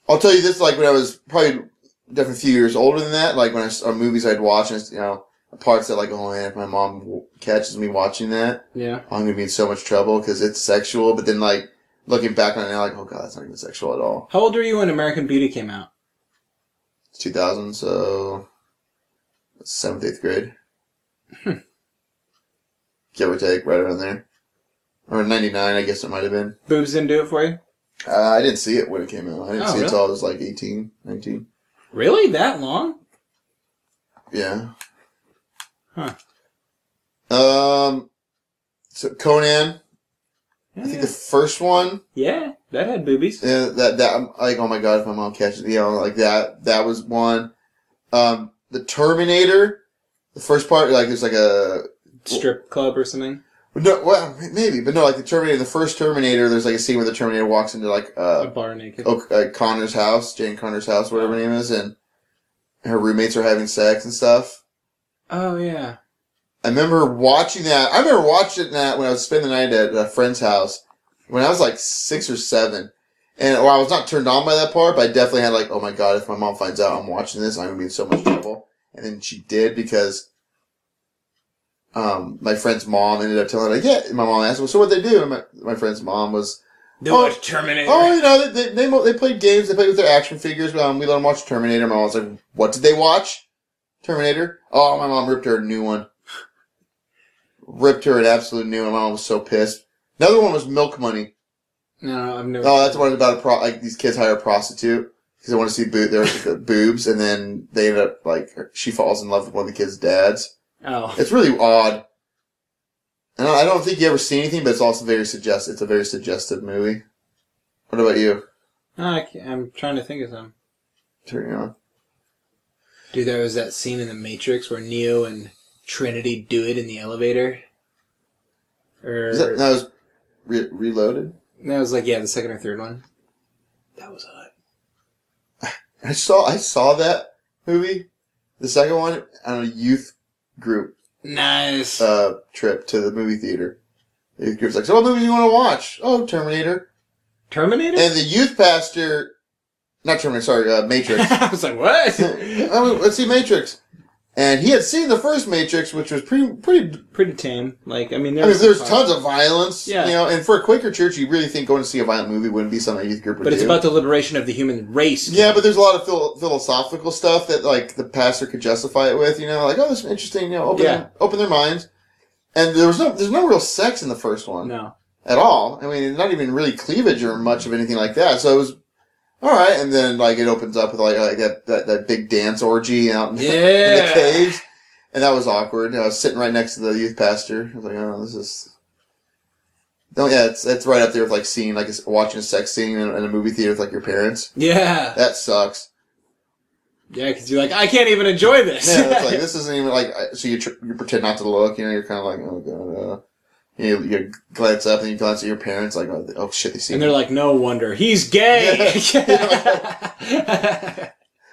Speaker 2: I'll tell you this: like when I was probably definitely a few years older than that, like when I saw movies I'd watch, and you know, parts that like, oh man, if my mom w- catches me watching that,
Speaker 1: yeah.
Speaker 2: I'm gonna be in so much trouble because it's sexual. But then like looking back on it now, like, oh god, that's not even sexual at all.
Speaker 1: How old were you when American Beauty came out?
Speaker 2: It's 2000, so seventh, eighth grade,
Speaker 1: Hmm.
Speaker 2: give or take, right around there. Or 99, I guess it might have been.
Speaker 1: Boobs didn't do it for you.
Speaker 2: Uh, I didn't see it when it came out. I didn't
Speaker 1: Oh,
Speaker 2: see it
Speaker 1: really?
Speaker 2: until I was like 18, 19.
Speaker 1: Really? That long?
Speaker 2: Yeah.
Speaker 1: Huh.
Speaker 2: Um, so Conan,
Speaker 1: Yeah.
Speaker 2: I think the first one,
Speaker 1: yeah, that had boobies.
Speaker 2: yeah, that, that, I'm like, oh my god, if my mom catches me, you know, like that, that was one. Um, the Terminator, the first part, like, there's like a,
Speaker 1: Strip club or something.
Speaker 2: no, well, maybe, but no, like the Terminator, the first Terminator, there's like a scene where the Terminator walks into like,
Speaker 1: A
Speaker 2: uh,
Speaker 1: bar naked.
Speaker 2: oh, uh Connor's house, Jane Connor's house, whatever her name is, and her roommates are having sex and stuff.
Speaker 1: Oh yeah.
Speaker 2: I remember watching that. I remember watching that when I was spending the night at a friend's house when I was like six or seven. And well, I was not turned on by that part, but I definitely had like, oh my god, if my mom finds out I'm watching this, I'm gonna be in so much trouble. And then she did because um, my friend's mom ended up telling her, like, yeah. And my mom asked, well, so what they do? And my, my friend's mom was,
Speaker 1: They
Speaker 2: Oh.
Speaker 1: watched Terminator.
Speaker 2: oh, you know, they they, they, they played games, they played with their action figures. But, um, we let them watch Terminator. My mom was like, what did they watch? Terminator. Oh, my mom ripped her a new one. Ripped her an absolute new one. My mom was so pissed. Another one was Milk Money.
Speaker 1: No, I've never.
Speaker 2: Oh, that's the one about a pro- like these kids hire a prostitute because they want to see boo- their their boobs, and then they end up like she falls in love with one of the kids' dads.
Speaker 1: Oh.
Speaker 2: It's really odd. And I I don't think you ever see anything, but it's also very suggest. It's a very suggestive movie. What about you?
Speaker 1: No, I can't- I'm trying to think of some.
Speaker 2: Turn it on.
Speaker 1: Dude, there was that scene in The Matrix where Neo and Trinity do it in the elevator. Or
Speaker 2: Is that,
Speaker 1: that,
Speaker 2: that was re- reloaded.
Speaker 1: was like yeah, the second or third one. That was hot.
Speaker 2: I saw I saw that movie, the second one, on a youth group
Speaker 1: Nice.
Speaker 2: uh, trip to the movie theater. The youth group's like, "So what movie do you want to watch?" Oh, Terminator.
Speaker 1: Terminator.
Speaker 2: And the youth pastor, not Terminator, sorry, uh, Matrix.
Speaker 1: I was like, what?
Speaker 2: oh, let's see Matrix. And he had seen the first Matrix, which was pretty, pretty.
Speaker 1: Pretty tame. Like I mean, there
Speaker 2: I mean,
Speaker 1: was some
Speaker 2: there's
Speaker 1: fun.
Speaker 2: tons of violence,
Speaker 1: Yeah.
Speaker 2: you know. And for a Quaker church, you really think going to see a violent movie wouldn't be something a youth group would
Speaker 1: But it's
Speaker 2: do.
Speaker 1: about the liberation of the human race.
Speaker 2: Yeah, but there's a lot of phil- philosophical stuff that like the pastor could justify it with, you know, like oh, this is interesting, you know, open
Speaker 1: Yeah.
Speaker 2: their, open their minds. And there was no, there's no real sex in the first one
Speaker 1: No.
Speaker 2: at all. I mean, not even really cleavage or much of anything like that. So it was all right. And then like it opens up with like, like that, that that big dance orgy out in, in
Speaker 1: Yeah.
Speaker 2: the caves, and that was awkward. I was sitting right next to the youth pastor. I was like, oh, this is. No, yeah, it's, it's right up there with like seeing like watching a sex scene in, in a movie theater with like your parents.
Speaker 1: Yeah.
Speaker 2: That sucks.
Speaker 1: Yeah, because you're like, I can't even enjoy this.
Speaker 2: Yeah, it's like this isn't even like I- so you tr- you pretend not to look. You know, you're kind of like oh god. Uh. You, you glance up and you glance at your parents, like, oh, oh shit, they see
Speaker 1: And
Speaker 2: me.
Speaker 1: they're like, no wonder. He's gay.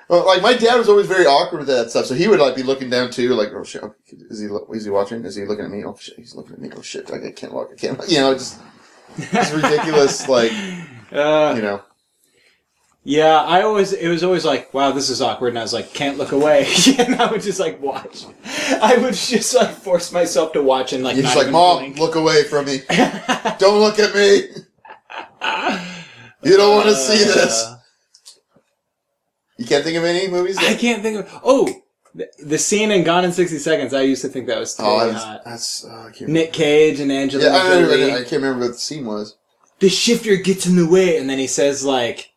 Speaker 2: Well, like my dad was always very awkward with that stuff, so he would like be looking down too, like oh shit, oh, is he lo- is he watching? Is he looking at me? Oh shit, he's looking at me. Oh shit, like I can't look, I can't. Look. You know, just it's ridiculous. like
Speaker 1: Uh,
Speaker 2: you know,
Speaker 1: yeah, I always, it was always like, wow, this is awkward. And I was like, can't look away. and I would just like watch. I would just like force myself to watch and like,
Speaker 2: you're
Speaker 1: not
Speaker 2: just like
Speaker 1: even
Speaker 2: mom,
Speaker 1: blink.
Speaker 2: look away from me. don't look at me. you don't want to see this.
Speaker 1: Uh,
Speaker 2: You can't think of any movies.
Speaker 1: I
Speaker 2: That-
Speaker 1: can't think of, oh, the, the scene in Gone in 60 Seconds, I used to think that was
Speaker 2: oh,
Speaker 1: totally
Speaker 2: that's,
Speaker 1: hot.
Speaker 2: that's oh, I can't remember.
Speaker 1: Nick Cage and Angela
Speaker 2: Yeah, I, don't
Speaker 1: Jolie.
Speaker 2: remember- I can't remember what the scene was.
Speaker 1: the shifter gets in the way and then he says like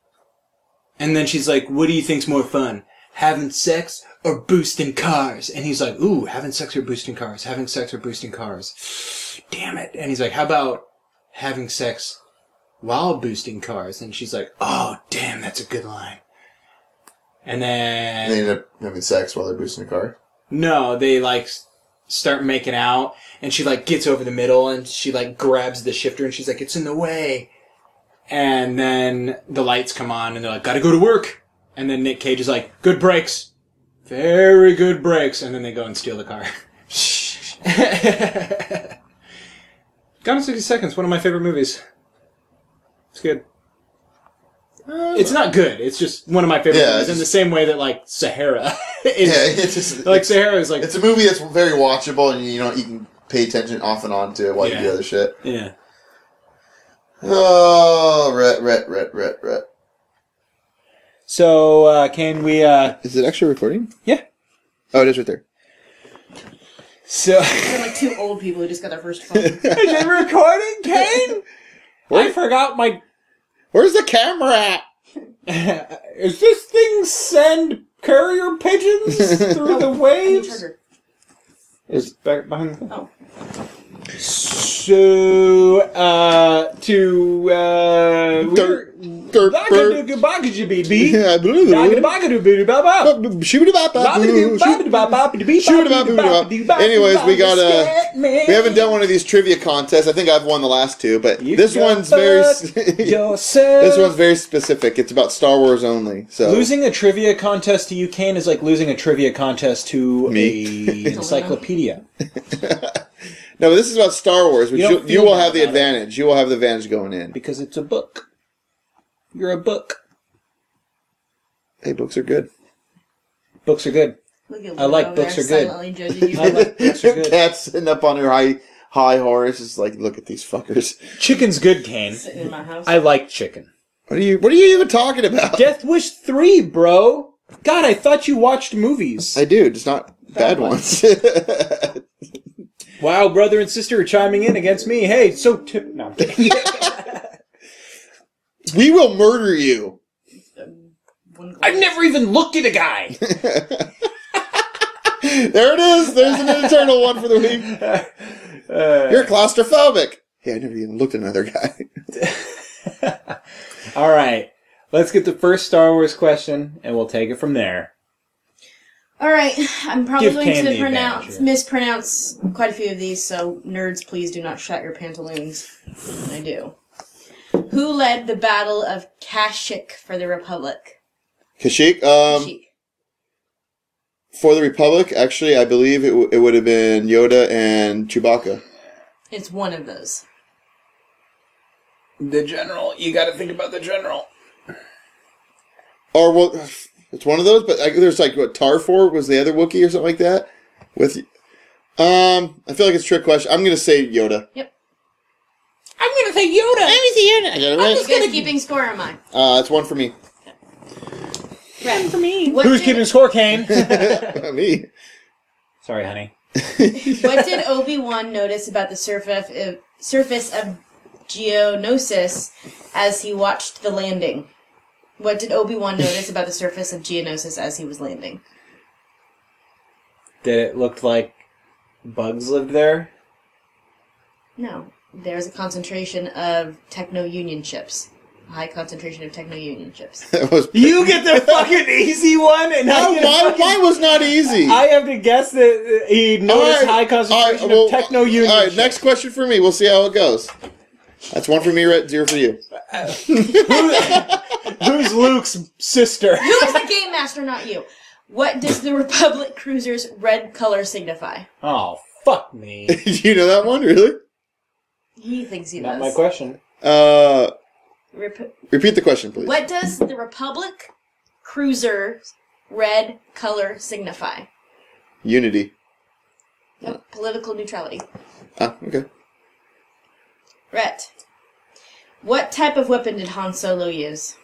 Speaker 1: and then she's like what do you think's more fun having sex or boosting cars and he's like ooh having sex or boosting cars having sex or boosting cars damn it and he's like how about having sex while boosting cars and she's like oh damn that's a good line and then
Speaker 2: And they end up having sex while they're boosting a car.
Speaker 1: no, they like s- start making out, and she like gets over the middle, and she like grabs the shifter, and she's like, "It's in the way." And then the lights come on, and they're like, "Gotta go to work." And then Nick Cage is like, "Good breaks, very good breaks," and then they go and steal the car. Gone in sixty seconds. One of my favorite movies. It's good. It's not good. It's just one of my favorite
Speaker 2: Uh, Yeah,
Speaker 1: movies.
Speaker 2: it's
Speaker 1: In the
Speaker 2: just-
Speaker 1: same way that like Sahara is
Speaker 2: Yeah, it's just
Speaker 1: like Sahara is like
Speaker 2: It's a movie that's very watchable, and you know you can pay attention off and on to it while you
Speaker 1: Yeah.
Speaker 2: do other shit.
Speaker 1: yeah.
Speaker 2: Oh, ret, ret, ret, ret, ret.
Speaker 1: So uh, can we? uh
Speaker 2: Is it actually recording?
Speaker 1: Yeah.
Speaker 2: Oh, it is right there.
Speaker 1: So
Speaker 3: They're like two old people who just got their first phone.
Speaker 1: is it recording, Kane? I forgot my.
Speaker 2: Where's the camera at?
Speaker 1: Is this thing send courier pigeons through the waves?
Speaker 3: Trigger.
Speaker 1: It's back behind. The...
Speaker 3: Oh.
Speaker 1: So uh, to uh, we're.
Speaker 2: Derp, burp.
Speaker 1: Bagadabagadabidi.
Speaker 2: Yeah, boo.
Speaker 1: Bagadabagadabidi-ba-ba.
Speaker 2: Shoo-ba-da-ba-ba-boo. Shoo-
Speaker 1: Babidi-babidi-babidi-babidi-babidi-babidi-babidi-babidi-babidi-babidi-babidi-babidi.
Speaker 2: Anyways, we got, uh,
Speaker 1: Get me.
Speaker 2: We haven't done one of these trivia contests. I think I've won the last two, but
Speaker 1: You
Speaker 2: this
Speaker 1: can
Speaker 2: one's very
Speaker 1: fuck
Speaker 2: s-
Speaker 1: yourself.
Speaker 2: this one's very specific. It's about Star Wars only. So
Speaker 1: losing a trivia contest to you, Kane, is like losing a trivia contest to
Speaker 2: Me.
Speaker 1: a encyclopedia.
Speaker 2: no, but this is about Star Wars, which
Speaker 1: You
Speaker 2: you,
Speaker 1: don't
Speaker 2: you,
Speaker 1: feel
Speaker 2: will
Speaker 1: bad
Speaker 2: have the
Speaker 1: about it.
Speaker 2: advantage. You will have the advantage going in.
Speaker 1: because it's a book. You're a book.
Speaker 2: Hey, books are good.
Speaker 1: Books are good.
Speaker 3: Look at
Speaker 1: I like
Speaker 3: Luke over
Speaker 1: books
Speaker 3: there
Speaker 1: are good.
Speaker 3: silently judging you.
Speaker 1: I like books are good.
Speaker 2: Cat's sitting up on her high high horse. It's like, look at these fuckers.
Speaker 1: Chicken's good, Kane.
Speaker 3: Sitting in my house.
Speaker 1: I like chicken.
Speaker 2: What are you? What are you even talking about?
Speaker 1: Death Wish three, bro. God, I thought you watched movies.
Speaker 2: I do, just not bad ones.
Speaker 1: Wow, brother and sister are chiming in against me. Hey, so t- no, I'm kidding.
Speaker 2: we will murder you.
Speaker 3: Um, one glass.
Speaker 1: I've never even looked at a guy.
Speaker 2: There it is. There's an internal one for the week.
Speaker 1: Uh,
Speaker 2: You're claustrophobic. Hey, I never even looked at another guy.
Speaker 1: All right, let's get the first Star Wars question, and we'll take it from there.
Speaker 3: All right, I'm probably
Speaker 1: Give
Speaker 3: going
Speaker 1: Candy
Speaker 3: to
Speaker 1: a
Speaker 3: pronounce
Speaker 1: badge, yeah.
Speaker 3: mispronounce quite a few of these, so nerds, please do not shut your pantaloons. when I do. Who led the Battle of Kashik for the Republic?
Speaker 2: Kashik, um,
Speaker 3: Kashyyyk.
Speaker 2: for the Republic, actually, I believe it, w- it would have been Yoda and Chewbacca.
Speaker 3: It's one of those.
Speaker 1: The general, you got to think about the general.
Speaker 2: Or well, it's one of those. But like, there's like what Tarfor was the other Wookiee or something like that. With, um, I feel like it's a trick question. I'm gonna say Yoda.
Speaker 3: Yep.
Speaker 1: I'm gonna say Yoda.
Speaker 2: I got it right.
Speaker 3: Who's good keeping score? Am I?
Speaker 2: Uh, it's one for me.
Speaker 3: Right. For me. What
Speaker 1: Who's
Speaker 3: did,
Speaker 1: keeping score, Kane?
Speaker 2: me.
Speaker 1: Sorry, honey.
Speaker 3: what did Obi Wan notice about the surface of, surface of Geonosis as he watched the landing? What did Obi Wan notice about the surface of Geonosis as he was landing?
Speaker 1: That it looked like bugs lived there.
Speaker 3: No. There's a concentration of techno union ships. high concentration of techno union chips.
Speaker 2: That was
Speaker 1: You get the fucking easy one, and I
Speaker 2: Why-
Speaker 1: get a
Speaker 2: why,
Speaker 1: fucking-
Speaker 2: why was not easy?
Speaker 1: I have to guess that uh, he noticed high concentration of techno union.
Speaker 2: All right,
Speaker 1: shit.
Speaker 2: next question for me. We'll see how it goes. That's one for me, Rhett, zero for you.
Speaker 1: Who- who's Luke's sister?
Speaker 3: Who's the game master, not you? What does the Republic cruiser's red color signify?
Speaker 1: Oh, fuck me.
Speaker 2: Did you know that one, really?
Speaker 3: He thinks he
Speaker 1: Not my
Speaker 3: does.
Speaker 1: question.
Speaker 2: Uh,
Speaker 3: Rep-
Speaker 2: repeat the question, please.
Speaker 3: what does the Republic cruiser's red color signify?
Speaker 2: Unity.
Speaker 3: Nope. Political neutrality.
Speaker 2: Ah, okay.
Speaker 3: Rhett. What type of weapon did Han Solo use?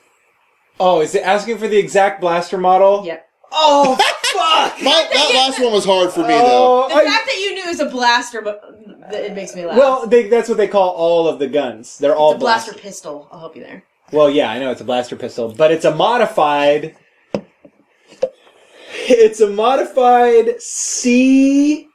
Speaker 1: Oh, is it asking for the exact blaster model?
Speaker 3: Yep.
Speaker 1: Oh, fuck!
Speaker 2: My, that last one was hard for me, though.
Speaker 1: Oh,
Speaker 3: The
Speaker 1: I-
Speaker 3: fact that you knew it was a blaster, but it makes me laugh.
Speaker 1: well, they, that's what they call all of the guns. They're all
Speaker 3: it's a blaster
Speaker 1: blaster.
Speaker 3: pistol. I'll help you there.
Speaker 1: Well, yeah, I know it's a blaster pistol, but it's a modified. It's a modified C.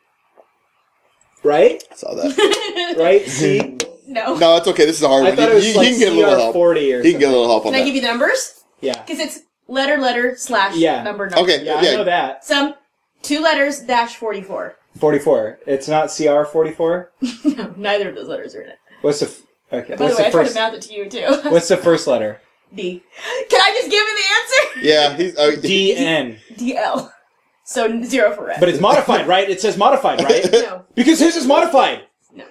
Speaker 1: Right,
Speaker 2: I saw that.
Speaker 1: right, C.
Speaker 3: No.
Speaker 2: No, that's okay. This is a hard
Speaker 1: I
Speaker 2: one.
Speaker 1: thought
Speaker 2: You-
Speaker 1: it was
Speaker 2: Hmm. you,
Speaker 1: like
Speaker 2: you can get a little help.
Speaker 1: CR40 or
Speaker 2: You can get a little help on
Speaker 3: Can I give
Speaker 2: that.
Speaker 3: you the numbers?
Speaker 1: Yeah,
Speaker 3: Because it's letter, letter, slash,
Speaker 1: Yeah.
Speaker 3: number, number.
Speaker 2: Okay.
Speaker 1: yeah, I
Speaker 2: Yeah.
Speaker 1: know that.
Speaker 3: Some two letters, dash, 44.
Speaker 1: Forty-four. It's not CR forty-four.
Speaker 3: No, neither of those letters are in it.
Speaker 1: What's the f- okay?
Speaker 3: By
Speaker 1: what's
Speaker 3: the
Speaker 1: the
Speaker 3: way, I tried to
Speaker 1: first?
Speaker 3: mouth it to you, too.
Speaker 1: What's the first letter?
Speaker 3: D. Can I just give
Speaker 2: Yeah, he's oh,
Speaker 1: D N.
Speaker 3: you the answer? DL. So n- zero for red.
Speaker 1: But it's modified, right? It says modified, right?
Speaker 3: no.
Speaker 1: Because his is modified.
Speaker 3: No.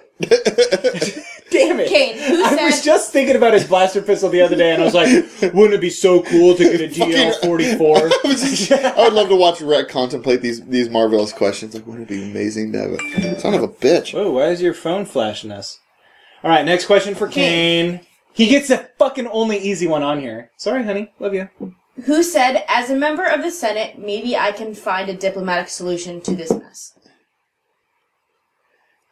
Speaker 1: Damn it.
Speaker 3: Kane, who
Speaker 1: I
Speaker 3: said...
Speaker 1: was just thinking about his blaster pistol the other day, and I was like, "Wouldn't it be so cool to get a DL forty four?
Speaker 2: I was just- I would love to watch Rhett contemplate these these marvelous questions. Like, wouldn't it be amazing to have a son of a bitch?
Speaker 1: Oh, why is your phone flashing us? All right, next question for Kane. He gets the fucking only easy one on here. Sorry, honey. Love you.
Speaker 3: Who said, as a member of the Senate, maybe I can find a diplomatic solution to this mess?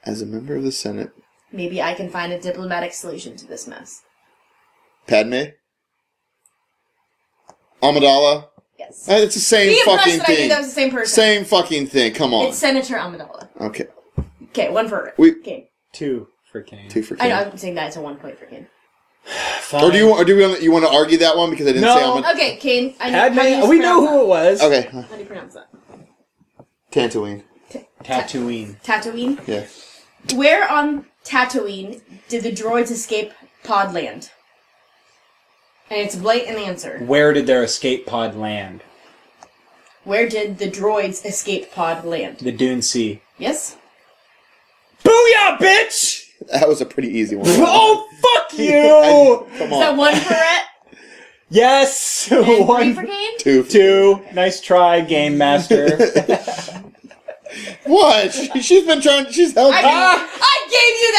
Speaker 2: As a member of the Senate,
Speaker 3: Maybe I can find a diplomatic solution to this mess.
Speaker 2: Padme, Amidala.
Speaker 3: Yes.
Speaker 2: Uh, It's the same
Speaker 3: Be impressed
Speaker 2: fucking
Speaker 3: that I knew
Speaker 2: thing.
Speaker 3: that was the same person.
Speaker 2: Same fucking thing. Come on.
Speaker 3: It's Senator Amidala.
Speaker 2: okay.
Speaker 3: Okay, one for
Speaker 2: We-
Speaker 3: Okay.
Speaker 1: Two for Kane.
Speaker 2: Two for
Speaker 3: I know,
Speaker 2: Kane.
Speaker 3: I'm saying that it's a one point for Kane.
Speaker 1: Fine.
Speaker 2: Or do you want? Or do we? want- You want to argue that one because I didn't
Speaker 1: No.
Speaker 2: say I'm. A,
Speaker 3: Okay, Kane. I know, how do you
Speaker 1: Padme, we know
Speaker 3: pronounce
Speaker 1: who it was.
Speaker 2: okay. uh,
Speaker 3: that? How do you pronounce that?
Speaker 2: Tantooine.
Speaker 1: Tatooine.
Speaker 3: Tatooine.
Speaker 2: Yeah.
Speaker 3: Where on Tatooine did the droids escape pod land? And it's a blatant answer.
Speaker 1: Where did their escape pod land?
Speaker 3: Where did the droids escape pod land?
Speaker 1: The Dune Sea.
Speaker 3: Yes?
Speaker 1: Booyah, bitch!
Speaker 2: That was a pretty easy one.
Speaker 1: Oh, fuck you!
Speaker 2: Come
Speaker 3: Is that
Speaker 2: on.
Speaker 3: one for Rhett?
Speaker 1: yes!
Speaker 3: And
Speaker 1: One,
Speaker 3: three for Kane?
Speaker 2: Two.
Speaker 1: two. Nice try, Game Master.
Speaker 2: What? She- She's been trying. She's held.
Speaker 3: I,
Speaker 1: Ah!
Speaker 3: I gave you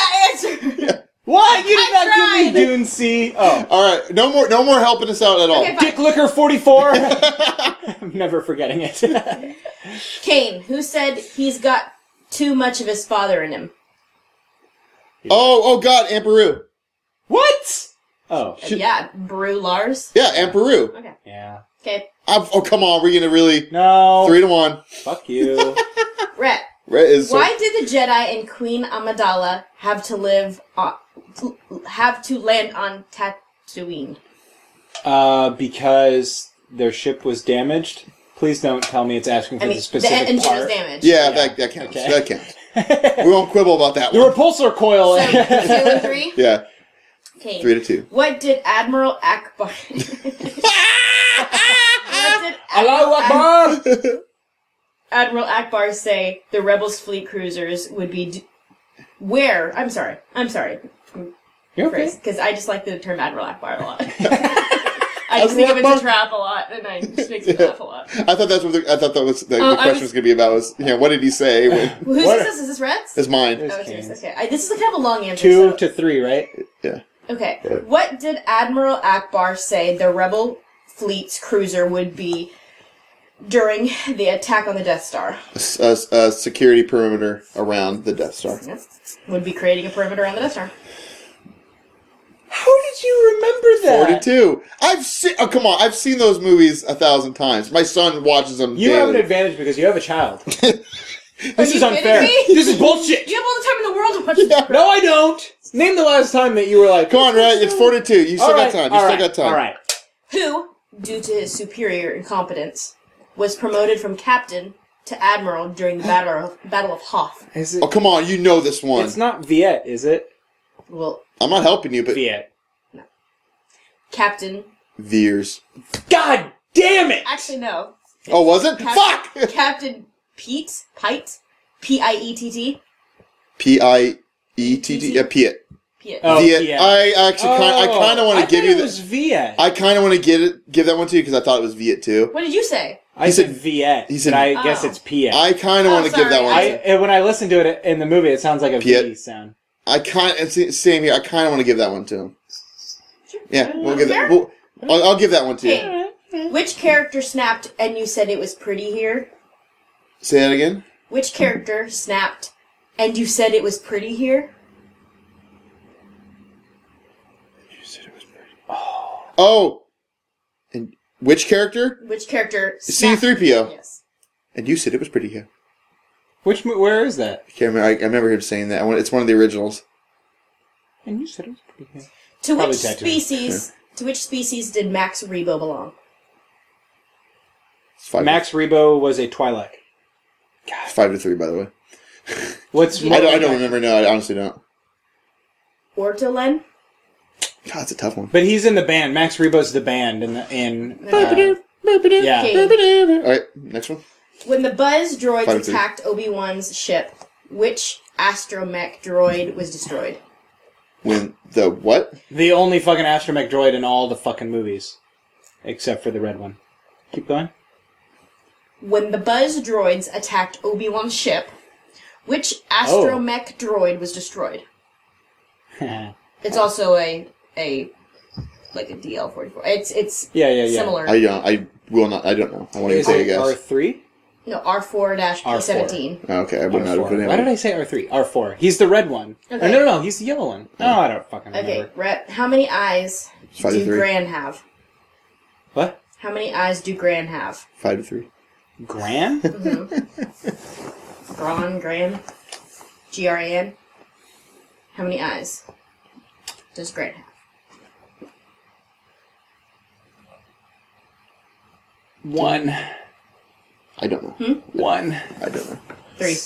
Speaker 3: that answer!
Speaker 1: what? You did
Speaker 3: I
Speaker 1: not give me
Speaker 3: tried.
Speaker 1: Dune Sea. Oh.
Speaker 2: All right. No more. No more helping us out at all.
Speaker 3: Okay, fine.
Speaker 1: Dick Licker 44. I'm never forgetting it.
Speaker 3: Kane, who said he's got too much of his father in him?
Speaker 2: Oh. Oh God. Amperu.
Speaker 1: what? Oh.
Speaker 3: yeah, Brew Lars.
Speaker 2: Yeah. Amperu.
Speaker 3: Okay.
Speaker 1: Yeah.
Speaker 3: Okay.
Speaker 2: I'm, oh come on. We're gonna really
Speaker 1: No.
Speaker 2: three to one.
Speaker 1: Fuck you.
Speaker 3: Rhett,
Speaker 2: Rhett is. so-
Speaker 3: why did the Jedi and Queen Amidala have to live on, to- have to land on Tatooine?
Speaker 1: uh, because their ship was damaged. Please don't tell me it's asking for
Speaker 3: I mean,
Speaker 1: the
Speaker 3: the
Speaker 1: specific
Speaker 3: engine
Speaker 1: part.
Speaker 3: was damaged.
Speaker 2: yeah, That that counts.
Speaker 1: Okay.
Speaker 2: That counts. we won't quibble about that
Speaker 1: The
Speaker 2: one.
Speaker 1: repulsor coil.
Speaker 3: So, two and three?
Speaker 2: Yeah.
Speaker 3: Kane.
Speaker 2: Three to two.
Speaker 3: What did Admiral Akbar... what did
Speaker 1: Allahu Akbar!
Speaker 3: Admiral Akbar say the Rebels fleet cruisers would be d- where? I'm sorry. I'm sorry.
Speaker 1: You're okay.
Speaker 3: Because I just like the term Admiral Akbar a lot. I just think of it
Speaker 2: Akbar.
Speaker 3: to trap a lot, and I, it just makes me laugh a lot.
Speaker 2: I thought that's what the, I thought that was the, the
Speaker 3: Oh, I
Speaker 2: question was,
Speaker 3: was-
Speaker 2: going to be about was you know what did he say when,
Speaker 3: Who's
Speaker 1: What?
Speaker 3: this? Is this Reds?
Speaker 2: is mine.
Speaker 1: It's
Speaker 3: Oh, it's
Speaker 1: Kane.
Speaker 3: yours. Okay. I, this is kind of a long answer.
Speaker 1: Two
Speaker 3: so-
Speaker 1: to three, right?
Speaker 2: Yeah.
Speaker 3: okay. What did Admiral Akbar say the Rebel fleet's cruiser would be during the attack on the Death Star?
Speaker 2: S- A, s- a security perimeter around the Death Star.
Speaker 3: Would be creating a perimeter around the Death Star.
Speaker 1: How did you remember
Speaker 2: Four
Speaker 1: that?
Speaker 2: to two. I've seen. Oh come on! I've seen those movies a thousand times. My son watches them.
Speaker 1: You have an
Speaker 2: daily.
Speaker 1: advantage because you have a child. this
Speaker 3: you
Speaker 1: is
Speaker 3: kidding
Speaker 1: unfair.
Speaker 3: me?
Speaker 1: This is bullshit.
Speaker 3: You have all the time in the world to watch.
Speaker 1: No, I don't. Name the last time that you were like,
Speaker 2: Come on, Rhett. It's 42. You still got time. You still got time.
Speaker 1: All right.
Speaker 3: who, due to his superior incompetence, was promoted from captain to admiral during the Battle of, Battle of Hoth.
Speaker 1: Is it?
Speaker 2: Oh, come on. You know this one.
Speaker 1: It's not Viet, is it?
Speaker 3: Well,
Speaker 2: I'm not helping you, but
Speaker 1: Viet.
Speaker 3: captain.
Speaker 2: Veers.
Speaker 1: God damn it!
Speaker 3: Actually, no.
Speaker 2: Oh, was it?
Speaker 3: Cap-
Speaker 2: Fuck!
Speaker 3: Captain Pete Pite, P I E T T.
Speaker 2: P I E T T. Yeah, Piet.
Speaker 3: Pete.
Speaker 1: Oh,
Speaker 2: Viet.
Speaker 1: Viet.
Speaker 2: I actually kind I
Speaker 1: Oh,
Speaker 2: kind of
Speaker 1: I
Speaker 2: want to
Speaker 1: thought
Speaker 2: give you
Speaker 1: it was
Speaker 2: this.
Speaker 1: Viet.
Speaker 2: I kind of want to give it, give that one to you because I thought it was Viet too.
Speaker 3: What did you say?
Speaker 1: I
Speaker 2: he
Speaker 1: said
Speaker 2: said-
Speaker 1: Viet.
Speaker 2: he
Speaker 1: He
Speaker 2: said-
Speaker 1: said, I guess
Speaker 3: Oh.
Speaker 1: it's Piet. I,
Speaker 2: I kind of
Speaker 3: Oh,
Speaker 2: want to give that
Speaker 3: sorry.
Speaker 2: one. to-
Speaker 1: and when I listen to it in the movie, it sounds like a
Speaker 2: Piet.
Speaker 1: V E sound.
Speaker 2: I kind of same here. I kind of want to give that one to him. Yeah, we'll give that.
Speaker 3: Fair.
Speaker 2: We'll, I'll, I'll give that one to you.
Speaker 3: Hey, which character snapped and you said it was pretty here?
Speaker 2: Say that again.
Speaker 3: Which character snapped and you said it was pretty here?
Speaker 2: Oh, and which character?
Speaker 3: Which character?
Speaker 2: C
Speaker 3: snapped-
Speaker 2: three PO.
Speaker 3: Yes.
Speaker 2: And you said it was pretty good.
Speaker 1: Which mo- where is that?
Speaker 2: I can't remember. I, I remember him saying that. I want, it's one of the originals.
Speaker 1: And you said it was pretty good.
Speaker 3: To
Speaker 1: Probably
Speaker 3: which
Speaker 1: tattoo.
Speaker 3: species? To which species did Max Rebo belong?
Speaker 2: It's five
Speaker 1: Max Rebo was a Twi'lek.
Speaker 2: To, five to three, by the way.
Speaker 1: What's
Speaker 2: I don't. I don't remember. No, I honestly don't.
Speaker 3: Ortolan?
Speaker 2: God, it's a tough one.
Speaker 1: But he's in the band. Max Rebo's the band in the in. uh, yeah.
Speaker 2: All right, next one.
Speaker 3: When the Buzz droids
Speaker 2: Five, three.
Speaker 3: attacked Obi Wan's ship, which astromech droid was destroyed?
Speaker 2: When the what?
Speaker 1: The only fucking astromech droid in all the fucking movies, except for the red one. Keep going.
Speaker 3: When the Buzz droids attacked Obi Wan's ship, which
Speaker 2: Oh.
Speaker 3: astromech droid was destroyed?
Speaker 1: yeah,
Speaker 3: It's also a a like a DL forty four. It's it's
Speaker 1: yeah, yeah.
Speaker 3: similar.
Speaker 2: I don't. I will not. I don't know. I won't even
Speaker 1: Is
Speaker 2: take a
Speaker 1: it
Speaker 2: guess. Oh,
Speaker 1: R three?
Speaker 3: no R four dash P seventeen.
Speaker 2: Okay, I would not have put
Speaker 1: Why did
Speaker 2: him.
Speaker 1: I say R three? R four. He's the red one. Or
Speaker 3: Okay.
Speaker 1: no, no, no. He's the yellow one. Oh, I don't fucking remember.
Speaker 3: Okay, Rhett, how many eyes
Speaker 2: Five to
Speaker 3: do
Speaker 2: three.
Speaker 3: Gran have?
Speaker 1: What?
Speaker 3: How many eyes do Gran have?
Speaker 2: Five to three.
Speaker 1: Gran?
Speaker 3: Mhm. Gran Gran, G R A N. How many eyes does Gran have?
Speaker 1: one.
Speaker 2: I don't know.
Speaker 1: One.
Speaker 2: I don't know.
Speaker 3: Three.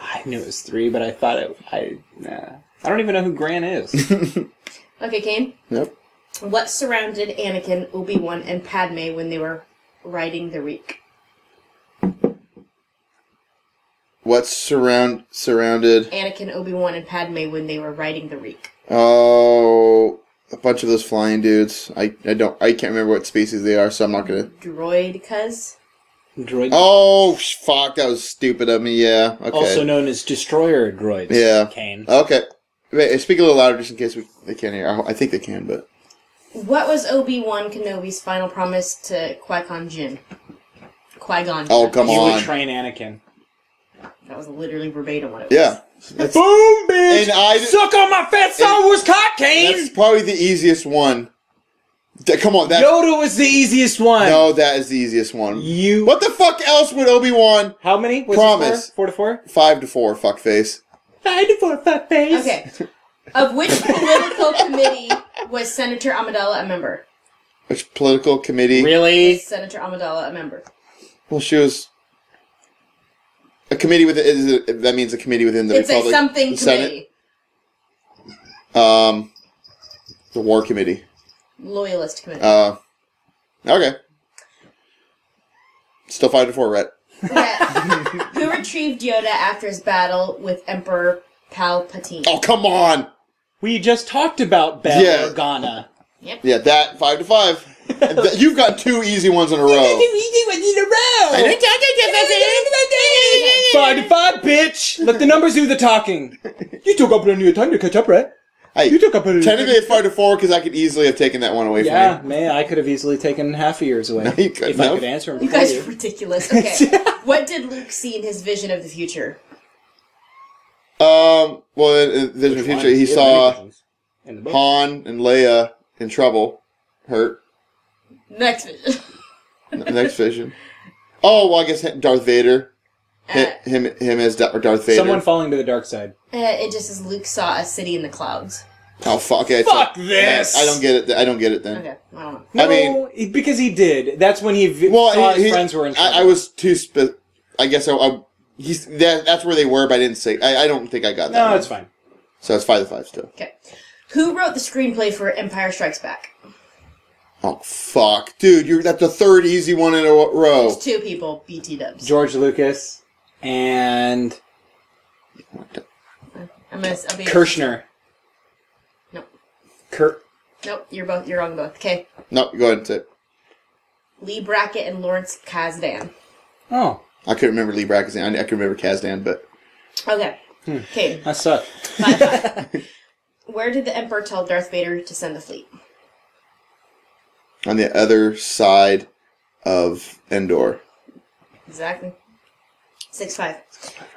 Speaker 1: I knew it was three, but I thought it. I. Nah. I don't even know who Gran is.
Speaker 3: Okay, Kane.
Speaker 2: Yep.
Speaker 3: What surrounded Anakin, Obi Wan, and Padme when they were riding the reek?
Speaker 2: What's surround surrounded?
Speaker 3: Anakin, Obi Wan, and Padme when they were riding the reek.
Speaker 2: Oh, a bunch of those flying dudes. I, I don't. I can't remember what species they are, so I'm not gonna.
Speaker 3: Droid, cuz.
Speaker 1: Droid.
Speaker 2: Oh sh- fuck! That was stupid of me. Yeah. Okay.
Speaker 1: Also known as destroyer droids.
Speaker 2: Yeah.
Speaker 1: Kane.
Speaker 2: Okay. Wait, speak a little louder just in case we, they can't hear. I, ho- I think they can, but
Speaker 3: What was Obi Wan Kenobi's final promise to Qui Gon Jinn? Qui Gon.
Speaker 2: oh come
Speaker 1: you would
Speaker 2: on.
Speaker 1: train Anakin.
Speaker 3: That was literally verbatim what it was.
Speaker 2: Yeah. That's,
Speaker 1: Boom, bitch!
Speaker 2: And I-
Speaker 1: Suck on my fat Star Wars cock,
Speaker 2: that's
Speaker 1: Kane!
Speaker 2: probably the easiest one. Th- come on. That's,
Speaker 1: Yoda was the easiest one.
Speaker 2: no, that is the easiest one.
Speaker 1: You.
Speaker 2: What the fuck else would Obi Wan
Speaker 1: How many? What's
Speaker 2: Promise.
Speaker 1: Four to four?
Speaker 2: five to four? Fuckface.
Speaker 1: Five to four, fuckface.
Speaker 3: Okay. of which political committee was Senator Amidala a member?
Speaker 2: Which political committee?
Speaker 1: Really?
Speaker 3: Senator Amidala a member.
Speaker 2: Well, she was a committee with is it, that means a committee within the
Speaker 3: it's
Speaker 2: Republic,
Speaker 3: a something
Speaker 2: the Senate,
Speaker 3: committee.
Speaker 2: um, the War Committee.
Speaker 3: Loyalist committee.
Speaker 2: Uh, okay. Still five to four, Rhett.
Speaker 3: That- who retrieved Yoda after his battle with Emperor Palpatine?
Speaker 2: Oh come on!
Speaker 1: We just talked about Bell
Speaker 2: Yeah. Oh.
Speaker 1: Organa.
Speaker 2: Yeah, that five to five. And th- You've got two easy ones in a row.
Speaker 1: Five to five, bitch! Let the numbers do the talking. You took up plenty of time to catch up, right?
Speaker 2: Hey,
Speaker 1: You took up plenty of time.
Speaker 2: technically it's five to four because I could easily have taken that one away
Speaker 1: Yeah,
Speaker 2: from
Speaker 1: man, I could have easily taken half a year's away
Speaker 2: you couldn't
Speaker 1: if I
Speaker 2: have.
Speaker 1: could answer him.
Speaker 3: You
Speaker 1: for
Speaker 3: guys
Speaker 1: you.
Speaker 3: are ridiculous. Okay. what did Luke see in his vision of the future?
Speaker 2: you. Um, well, uh, there's a future. He
Speaker 1: Yeah,
Speaker 2: saw
Speaker 1: many in the book.
Speaker 2: Han and Leia in trouble, hurt.
Speaker 3: Next vision.
Speaker 2: Next vision. Oh well, I guess Darth Vader.
Speaker 3: Uh,
Speaker 2: Him, him, him as Da- Darth Vader.
Speaker 1: Someone falling to the dark side.
Speaker 3: Uh, it just says Luke saw a city in the clouds.
Speaker 2: Oh fuck it!
Speaker 1: Fuck this.
Speaker 2: I don't get it. I don't get it then.
Speaker 3: Okay, I don't know.
Speaker 1: No,
Speaker 2: I mean-
Speaker 1: he- because he did. That's when he v-
Speaker 2: Well,
Speaker 1: saw
Speaker 2: he-
Speaker 1: his
Speaker 2: he-
Speaker 1: friends were in trouble.
Speaker 2: I, I was too. Spe- I guess I. I he's that, That's where they were, but I didn't say. I, I don't think I got that.
Speaker 1: no,
Speaker 2: one.
Speaker 1: it's fine.
Speaker 2: So it's five to five still.
Speaker 3: Okay. Who wrote the screenplay for Empire Strikes Back?
Speaker 2: Oh fuck, dude! You're that's the third easy one in a row.
Speaker 3: It's two people, BT dubs.
Speaker 1: George Lucas and
Speaker 3: I'm gonna, I'll be
Speaker 1: Kirshner.
Speaker 3: Nope.
Speaker 1: Kurt.
Speaker 3: Nope, you're both you're wrong both. Okay.
Speaker 2: No, go ahead and say. it.
Speaker 3: Lee Brackett and Lawrence Kasdan.
Speaker 1: Oh,
Speaker 2: I couldn't remember Lee Brackett's name. I, I could remember Kazdan, but
Speaker 3: Okay. Okay.
Speaker 1: that sucked.
Speaker 3: Five, five. Where did the Emperor tell Darth Vader to send the fleet?
Speaker 2: on the other side of Endor,
Speaker 3: Exactly. Six five.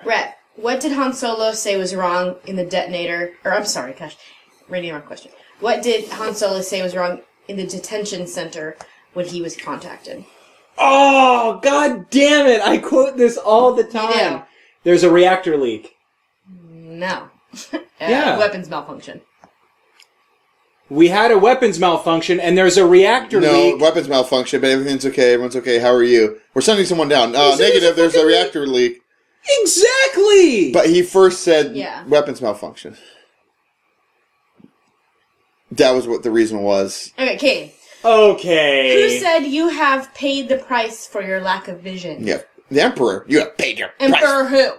Speaker 3: Brett, what did Han Solo say was wrong in the detonator? Or I'm sorry, gosh, reading the wrong question. What did Han Solo say was wrong in the detention center when he was contacted?
Speaker 1: Oh, god damn it. I quote this all the time.
Speaker 3: do.
Speaker 1: There's a reactor leak.
Speaker 3: No. Uh,
Speaker 1: Yeah.
Speaker 3: Weapons malfunction.
Speaker 1: We had a weapons malfunction and there's a reactor
Speaker 2: no
Speaker 1: leak.
Speaker 2: weapons malfunction, but everything's okay. Everyone's okay. How are you? We're sending someone down. Uh,
Speaker 1: Is there-
Speaker 2: negative. There's a
Speaker 1: fucking leak?
Speaker 2: reactor leak.
Speaker 1: Exactly.
Speaker 2: But he first said
Speaker 3: Yeah.
Speaker 2: weapons malfunction. That was what the reason was.
Speaker 3: Okay, Katie.
Speaker 1: okay.
Speaker 3: Who said you have paid the price for your lack of vision?
Speaker 2: Yeah, the Emperor. You have paid your price.
Speaker 3: Emperor who?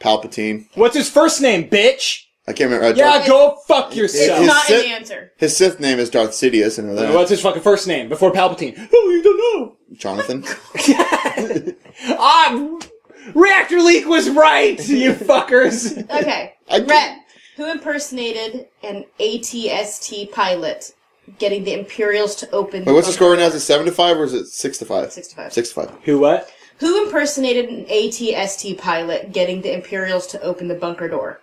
Speaker 2: Palpatine.
Speaker 1: What's his first name, bitch?
Speaker 2: I can't remember. Uh,
Speaker 1: Yeah,
Speaker 2: Darth-
Speaker 1: go fuck
Speaker 3: It's
Speaker 1: yourself.
Speaker 2: His
Speaker 3: not
Speaker 2: Sith-
Speaker 3: an answer.
Speaker 2: his Sith name is Darth Sidious. I know that.
Speaker 1: What's his fucking first name before Palpatine? Oh, you don't know.
Speaker 2: Jonathan.
Speaker 1: Ah, reactor leak was right, you fuckers.
Speaker 3: Okay.
Speaker 2: I-
Speaker 3: Brett, who impersonated an ATST pilot getting the Imperials to open
Speaker 2: Wait, what's the score right now? Is it seven to five or is it six to five?
Speaker 3: Six to five.
Speaker 2: Six to five.
Speaker 1: Who what?
Speaker 3: Who impersonated an ATST pilot getting the Imperials to open the bunker door?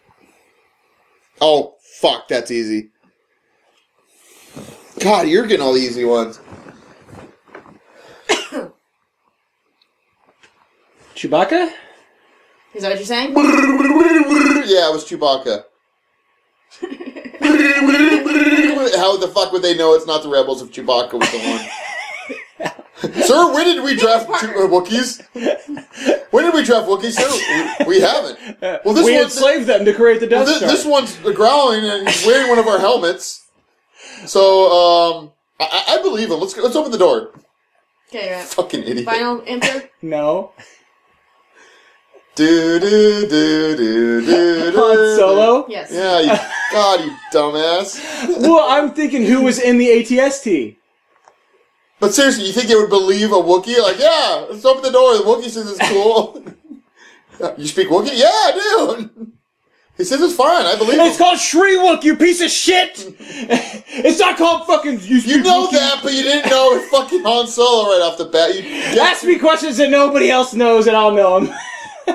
Speaker 2: Oh fuck, that's easy. God, you're getting all the easy ones.
Speaker 1: Chewbacca?
Speaker 3: Is that what you're saying?
Speaker 2: yeah, it was Chewbacca. How the fuck would they know it's not the rebels if Chewbacca was the one? sir, when did we draft
Speaker 3: Parker.
Speaker 2: Chew- uh, Wookiees? When did we draft Wookiees, sir? We, we haven't. Well, this
Speaker 1: we
Speaker 2: one's
Speaker 1: enslaved them to create the Death
Speaker 2: this,
Speaker 1: Star.
Speaker 2: this one's growling and he's wearing one of our helmets. So, um, I- I, I believe him. Let's go, let's open the door.
Speaker 3: Okay, Brett.
Speaker 2: Fucking idiot.
Speaker 3: Final answer?
Speaker 1: no.
Speaker 2: Do do do do do.
Speaker 1: Han Solo?
Speaker 3: Yes.
Speaker 2: Uh, Yeah, you, God, you dumbass.
Speaker 1: Well, I'm thinking who was in the ATST.
Speaker 2: But seriously, you think they would believe a Wookiee? Like, yeah, let's open the door. The Wookiee says it's cool. you speak Wookiee? Yeah, I do. He says it's fine. I believe
Speaker 1: It's
Speaker 2: him.
Speaker 1: called Shriwook, you piece of shit! it's not called fucking. You,
Speaker 2: You know
Speaker 1: Wookiee.
Speaker 2: that, but you didn't know it fucking Han Solo right off the bat. You
Speaker 1: Ask me questions that nobody else knows, and I'll know them.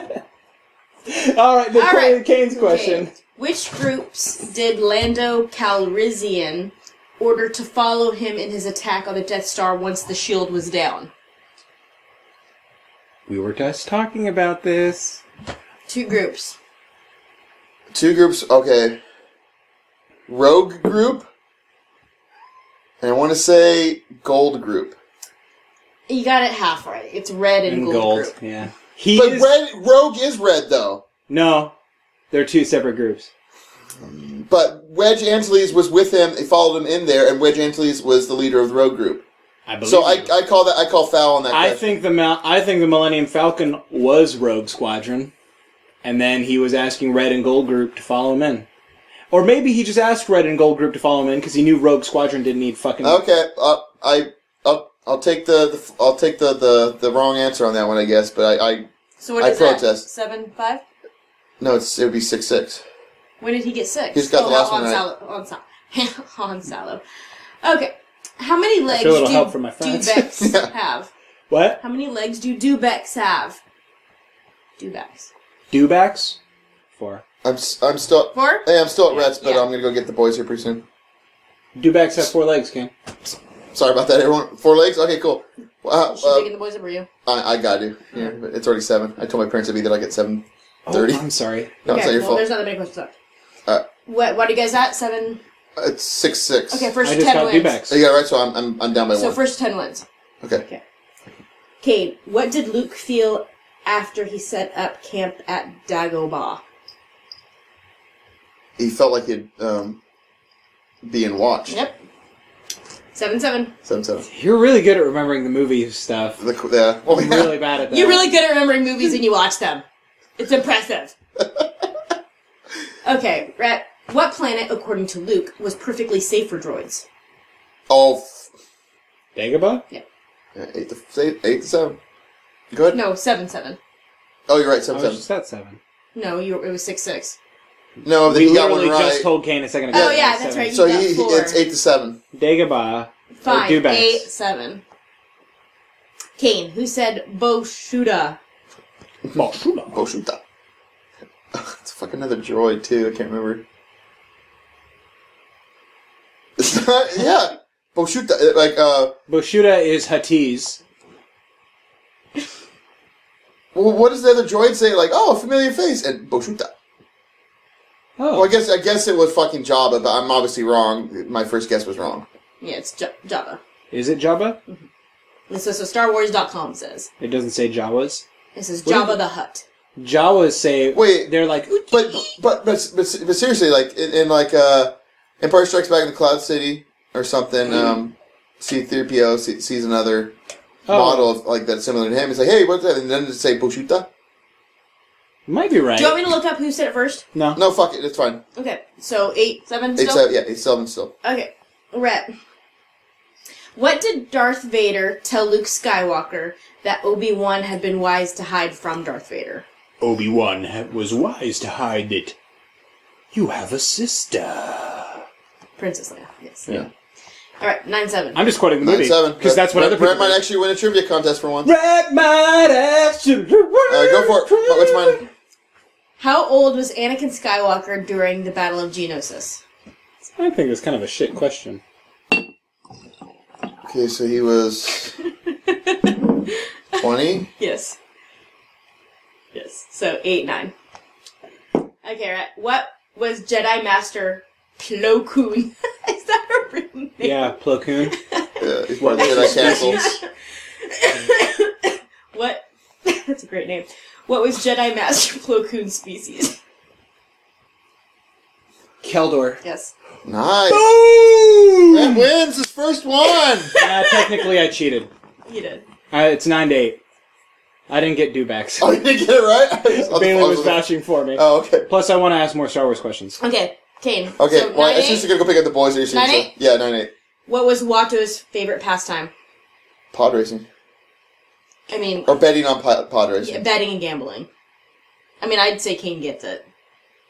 Speaker 1: All right, the
Speaker 3: All right.
Speaker 1: Kane's question.
Speaker 3: Okay. Which groups did Lando Calrissian order to follow him in his attack on the Death Star once the shield was down?
Speaker 1: We were just talking about this.
Speaker 3: Two groups.
Speaker 2: Two groups, okay. Rogue group, and I want to say gold group.
Speaker 3: You got it half right. It's red and,
Speaker 1: In
Speaker 3: gold,
Speaker 1: gold,
Speaker 3: group.
Speaker 1: yeah. He
Speaker 2: But
Speaker 1: is-
Speaker 2: red, rogue is red though.
Speaker 1: No, they're two separate groups.
Speaker 2: But Wedge Antilles was with him. They followed him in there, and Wedge Antilles was the leader of the rogue group.
Speaker 1: I believe.
Speaker 2: So I, I call that I call foul on that.
Speaker 1: I
Speaker 2: question.
Speaker 1: think the Mil- I think the Millennium Falcon was Rogue Squadron, and then he was asking Red and Gold Group to follow him in, or maybe he just asked Red and Gold Group to follow him in because he knew Rogue Squadron didn't need fucking.
Speaker 2: Okay, uh, I I'll, I'll take the, the I'll take the, the the wrong answer on that one, I guess. But I, I
Speaker 3: So what
Speaker 2: I
Speaker 3: is that?
Speaker 2: protest.
Speaker 3: Seven five.
Speaker 2: no, it's it would be six six.
Speaker 3: When did he get six?
Speaker 2: He's got the last
Speaker 3: on
Speaker 2: one
Speaker 3: Salo, on Salo. on Salo. Okay. How many legs
Speaker 1: feel a little
Speaker 3: do,
Speaker 1: help from my
Speaker 3: do
Speaker 1: friends.
Speaker 3: Bex
Speaker 2: Yeah.
Speaker 3: have?
Speaker 1: What?
Speaker 3: How many legs do Dubex have? Dubex.
Speaker 1: Dubacks? Four.
Speaker 2: I'm s- I'm still
Speaker 3: Four?
Speaker 2: hey I'm still at Rets, but
Speaker 3: Yeah.
Speaker 2: I'm gonna go get the boys here pretty soon.
Speaker 1: Dubacks have four legs, King.
Speaker 2: Sorry about that, everyone. Four legs. Okay, cool. Uh,
Speaker 3: She's
Speaker 2: uh,
Speaker 3: picking the boys up for you. Mm-hmm.
Speaker 2: I, I got to. Yeah, but it's already seven. I told my parents it'd be that I get seven
Speaker 1: Oh,
Speaker 2: thirty.
Speaker 1: I'm sorry.
Speaker 2: no, it's
Speaker 3: okay,
Speaker 2: not your
Speaker 3: well,
Speaker 2: fault.
Speaker 3: there's not that many questions left.
Speaker 2: Uh,
Speaker 3: what, what are you guys at? Seven?
Speaker 2: It's six six. Oh,
Speaker 3: Okay, first
Speaker 1: I just
Speaker 3: ten
Speaker 1: got
Speaker 3: wins.
Speaker 1: D-backs.
Speaker 2: Yeah, right. So I'm I'm, I'm down by
Speaker 3: So
Speaker 2: one.
Speaker 3: first ten wins.
Speaker 2: okay.
Speaker 3: Cade, what did Luke feel after he set up camp at Dagobah?
Speaker 2: He felt like he'd um, being watched.
Speaker 3: Yep. Seven seven.
Speaker 2: Seven seven.
Speaker 1: You're really good at remembering the movie stuff.
Speaker 2: The, yeah. Well,
Speaker 1: I'm really bad at that.
Speaker 3: You're really good at remembering movies and you watch them. It's impressive. okay, Rhett. What planet, according to Luke, was perfectly safe for droids?
Speaker 2: all Oh, f-
Speaker 1: Dagobah?
Speaker 2: yeah, eight to eight, eight to seven. Go ahead.
Speaker 3: No, seven seven.
Speaker 2: Oh, you're right.
Speaker 1: I was
Speaker 2: Seven seven.
Speaker 1: just at seven.
Speaker 3: No, you, it was six six.
Speaker 2: No, then
Speaker 1: We
Speaker 2: he got one
Speaker 1: literally
Speaker 2: right.
Speaker 1: just told Kane a second ago.
Speaker 3: Oh
Speaker 1: that
Speaker 3: yeah,
Speaker 1: it was
Speaker 3: that's
Speaker 1: seven.
Speaker 3: right. You
Speaker 2: so
Speaker 3: got
Speaker 2: he, he-
Speaker 3: four.
Speaker 2: it's eight to seven.
Speaker 1: Dagobah.
Speaker 3: Five,
Speaker 1: do backs.
Speaker 3: eight, seven. Kane, who said Boshuda?
Speaker 2: Oh shoot! that. It's fucking another droid too. I can't remember. It's not. Yeah. Oh shoot! that, it- Like uh.
Speaker 1: Bushuda is Hatiz.
Speaker 2: Well, what does the other droid say? Like, oh, a familiar face, and Boshuta.
Speaker 1: Oh,
Speaker 2: Well, I guess I guess it was fucking Jabba, but I'm obviously wrong. My first guess was wrong.
Speaker 3: Yeah, it's J- Java.
Speaker 1: is it Jabba?
Speaker 3: This is what StarWars.com says.
Speaker 1: It doesn't say Jawas.
Speaker 3: This is
Speaker 1: What
Speaker 3: Java
Speaker 1: is-
Speaker 3: the Hut.
Speaker 1: Jawas say
Speaker 2: Wait.
Speaker 1: They're like
Speaker 2: But but but but, but seriously, like in, in like uh, Empire Strikes Back in the Cloud City or something. Um, C-3PO see- sees another
Speaker 1: Mm-hmm. Oh.
Speaker 2: model of, like that's similar to him. He's like, hey, what's that? And then it say Boshuta.
Speaker 1: you might be right.
Speaker 3: Do you want me to look up who said it first?
Speaker 1: no.
Speaker 2: No, fuck it, it's fine.
Speaker 3: Okay, so eight, seven,
Speaker 2: It's uh,
Speaker 3: still?
Speaker 2: yeah, it's seven still.
Speaker 3: Okay, Rhett. What did Darth Vader tell Luke Skywalker that Obi Wan had been wise to hide from Darth Vader?
Speaker 1: Obi Wan was wise to hide it. You have a sister.
Speaker 3: Princess Leia. Yes.
Speaker 2: Yeah.
Speaker 3: All right, nine seven.
Speaker 1: I'm just quoting the
Speaker 2: Nine
Speaker 1: movie
Speaker 2: seven
Speaker 1: because that's what
Speaker 2: Brett-
Speaker 1: other people.
Speaker 2: Brett might actually win a trivia contest for once.
Speaker 1: Brett might actually.
Speaker 2: Uh, go for it. What- What's mine?
Speaker 3: How old was Anakin Skywalker during the Battle of Genosis?
Speaker 1: I think it's kind of a shit question.
Speaker 2: Okay, so he was twenty.
Speaker 3: Yes. Yes. So eight, nine. Okay, right. What was Jedi Master Plo Koon? Is that a real name?
Speaker 1: Yeah, Plo Koon.
Speaker 2: Uh, he's part of the Jedi Council.
Speaker 3: What? That's a great name. What was Jedi Master Plo Koon's species?
Speaker 1: Keldor.
Speaker 3: Yes.
Speaker 2: Nice. Brett
Speaker 1: Boom!
Speaker 2: wins his first one.
Speaker 1: Uh, technically, I cheated.
Speaker 3: You did.
Speaker 1: Uh, it's nine to eight. I didn't get do backs.
Speaker 2: Oh, you didn't get it right. I just- I
Speaker 1: Bailey was
Speaker 2: like-
Speaker 1: vouching for me.
Speaker 2: Oh, okay.
Speaker 1: Plus, I want to ask more Star Wars questions.
Speaker 3: Okay, Kane.
Speaker 2: Okay.
Speaker 3: So
Speaker 2: well,
Speaker 3: nine,
Speaker 2: I think
Speaker 3: eight.
Speaker 2: you're gonna go pick up the boys. Or your
Speaker 3: Nine
Speaker 2: sister.
Speaker 3: eight?
Speaker 2: Yeah, nine eight.
Speaker 3: What was Watto's favorite pastime?
Speaker 2: Pod racing
Speaker 3: I mean,
Speaker 2: or betting on pod, pod racing.
Speaker 3: yeah, betting and gambling. I mean, I'd say Kane gets it.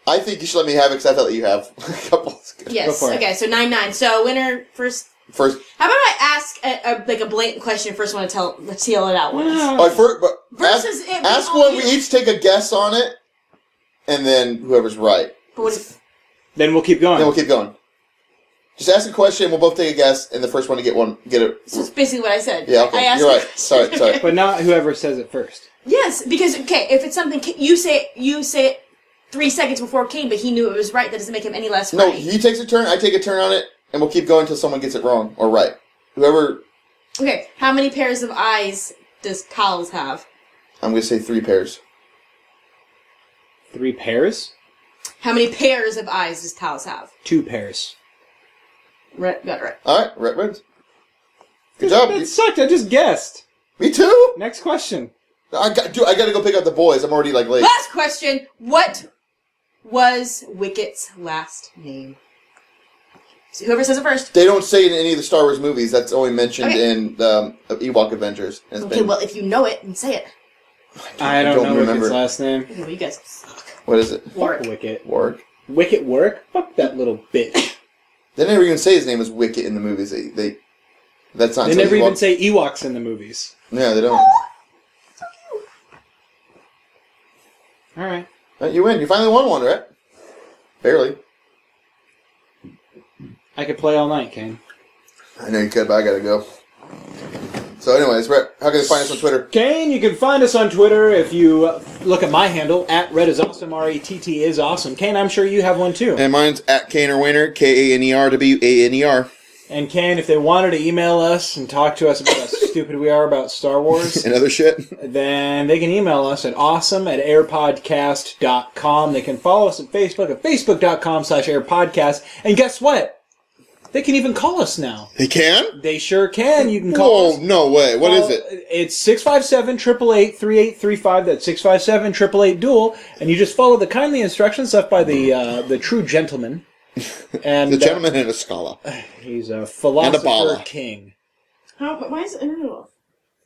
Speaker 2: I think you should let me have it because I felt that you have a couple.
Speaker 3: Yes.
Speaker 1: for it.
Speaker 3: Okay, so nine nine. So winner first
Speaker 2: First,
Speaker 3: How about I ask a, a, like a blatant question first? Want to tell let's seal it out once.
Speaker 2: all right, first but
Speaker 3: Versus
Speaker 2: ask,
Speaker 3: it being
Speaker 2: ask one. We
Speaker 3: obvious.
Speaker 2: each take a guess on it, and then whoever's right,
Speaker 3: But what if,
Speaker 1: Then we'll keep going.
Speaker 2: then we'll keep going. Just ask a question. We'll both take a guess, and the first one to get one get it.
Speaker 3: so it's basically what I said.
Speaker 2: Yeah, okay,
Speaker 3: I asked
Speaker 2: you're
Speaker 3: a
Speaker 2: right.
Speaker 3: question.
Speaker 2: Sorry, sorry.
Speaker 1: But not whoever says it first.
Speaker 3: yes, because okay, if it's something K- you say, you say it three seconds before Kane, but he knew it was right. That doesn't make him any less
Speaker 2: No,
Speaker 3: right.
Speaker 2: he takes a turn. I take a turn on it, and we'll keep going until someone gets it wrong or right. Whoever
Speaker 3: okay, how many pairs of eyes does Pals have?
Speaker 2: I'm gonna say three pairs.
Speaker 1: Three pairs?
Speaker 3: How many pairs of eyes does Pals have?
Speaker 1: Two pairs.
Speaker 3: Right, got it right.
Speaker 2: All right, Rhett wins. Good job.
Speaker 1: That sucked. I just guessed.
Speaker 2: Me too.
Speaker 1: Next question.
Speaker 2: I got, dude, I gotta go pick up the boys. I'm already like late.
Speaker 3: Last question: What was Wicket's last name? So whoever says it first.
Speaker 2: They don't say it in any of the Star Wars movies. That's only mentioned
Speaker 3: Okay.
Speaker 2: in um, Ewok Adventures. It's
Speaker 3: Okay,
Speaker 2: been-
Speaker 3: well, if you know it, then say it.
Speaker 1: I don't,
Speaker 2: don't
Speaker 1: know
Speaker 2: remember.
Speaker 1: Wicket's last name.
Speaker 3: Okay, well, you guys suck.
Speaker 2: what is it?
Speaker 1: Fuck
Speaker 3: Warwick.
Speaker 1: Wicket.
Speaker 2: Warwick.
Speaker 1: Wicket work? Fuck that little bitch.
Speaker 2: They never even say his name is Wicket in the movies. They, they that's not.
Speaker 1: They
Speaker 2: until
Speaker 1: never even
Speaker 2: Ewok-
Speaker 1: say Ewoks in the movies.
Speaker 2: No, they don't.
Speaker 1: All right.
Speaker 2: Uh, You win. You finally won one, right? Barely.
Speaker 1: I could play all night, Kane.
Speaker 2: I know you could, but I gotta go. So, anyways, Brett, how can they find us on Twitter?
Speaker 1: Kane, you can find us on Twitter if you uh, look at my handle at red is awesome r e t t is awesome. Kane, I'm sure you have one too.
Speaker 2: And mine's at Kaner Winner, K A N E R W A N E R.
Speaker 1: And Kane, if they wanted to email us and talk to us about how stupid we are about Star Wars,
Speaker 2: And other shit.
Speaker 1: then they can email us at awesome at airpodcast.com. They can follow us at Facebook at facebook.com slash airpodcast. And guess what? They can even call us now.
Speaker 2: They can?
Speaker 1: They sure can. You can call
Speaker 2: Whoa,
Speaker 1: us.
Speaker 2: no way. What is it?
Speaker 1: It's 657 888 3835. That's 657 888 Duel. And you just follow the kindly instructions left by the uh, the true gentleman. And
Speaker 2: The
Speaker 1: uh,
Speaker 2: gentleman and a scholar.
Speaker 1: he's a philosopher
Speaker 2: bala.
Speaker 1: king
Speaker 3: How, but why is it interval?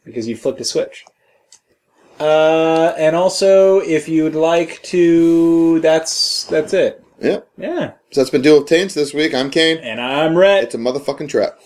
Speaker 1: because you flipped a switch. Uh, and also, if you'd like to, that's that's it.
Speaker 2: Yep.
Speaker 1: Yeah.
Speaker 2: So that's been Dual Taints this week. I'm Kane.
Speaker 1: And I'm Rhett.
Speaker 2: It's a motherfucking trap.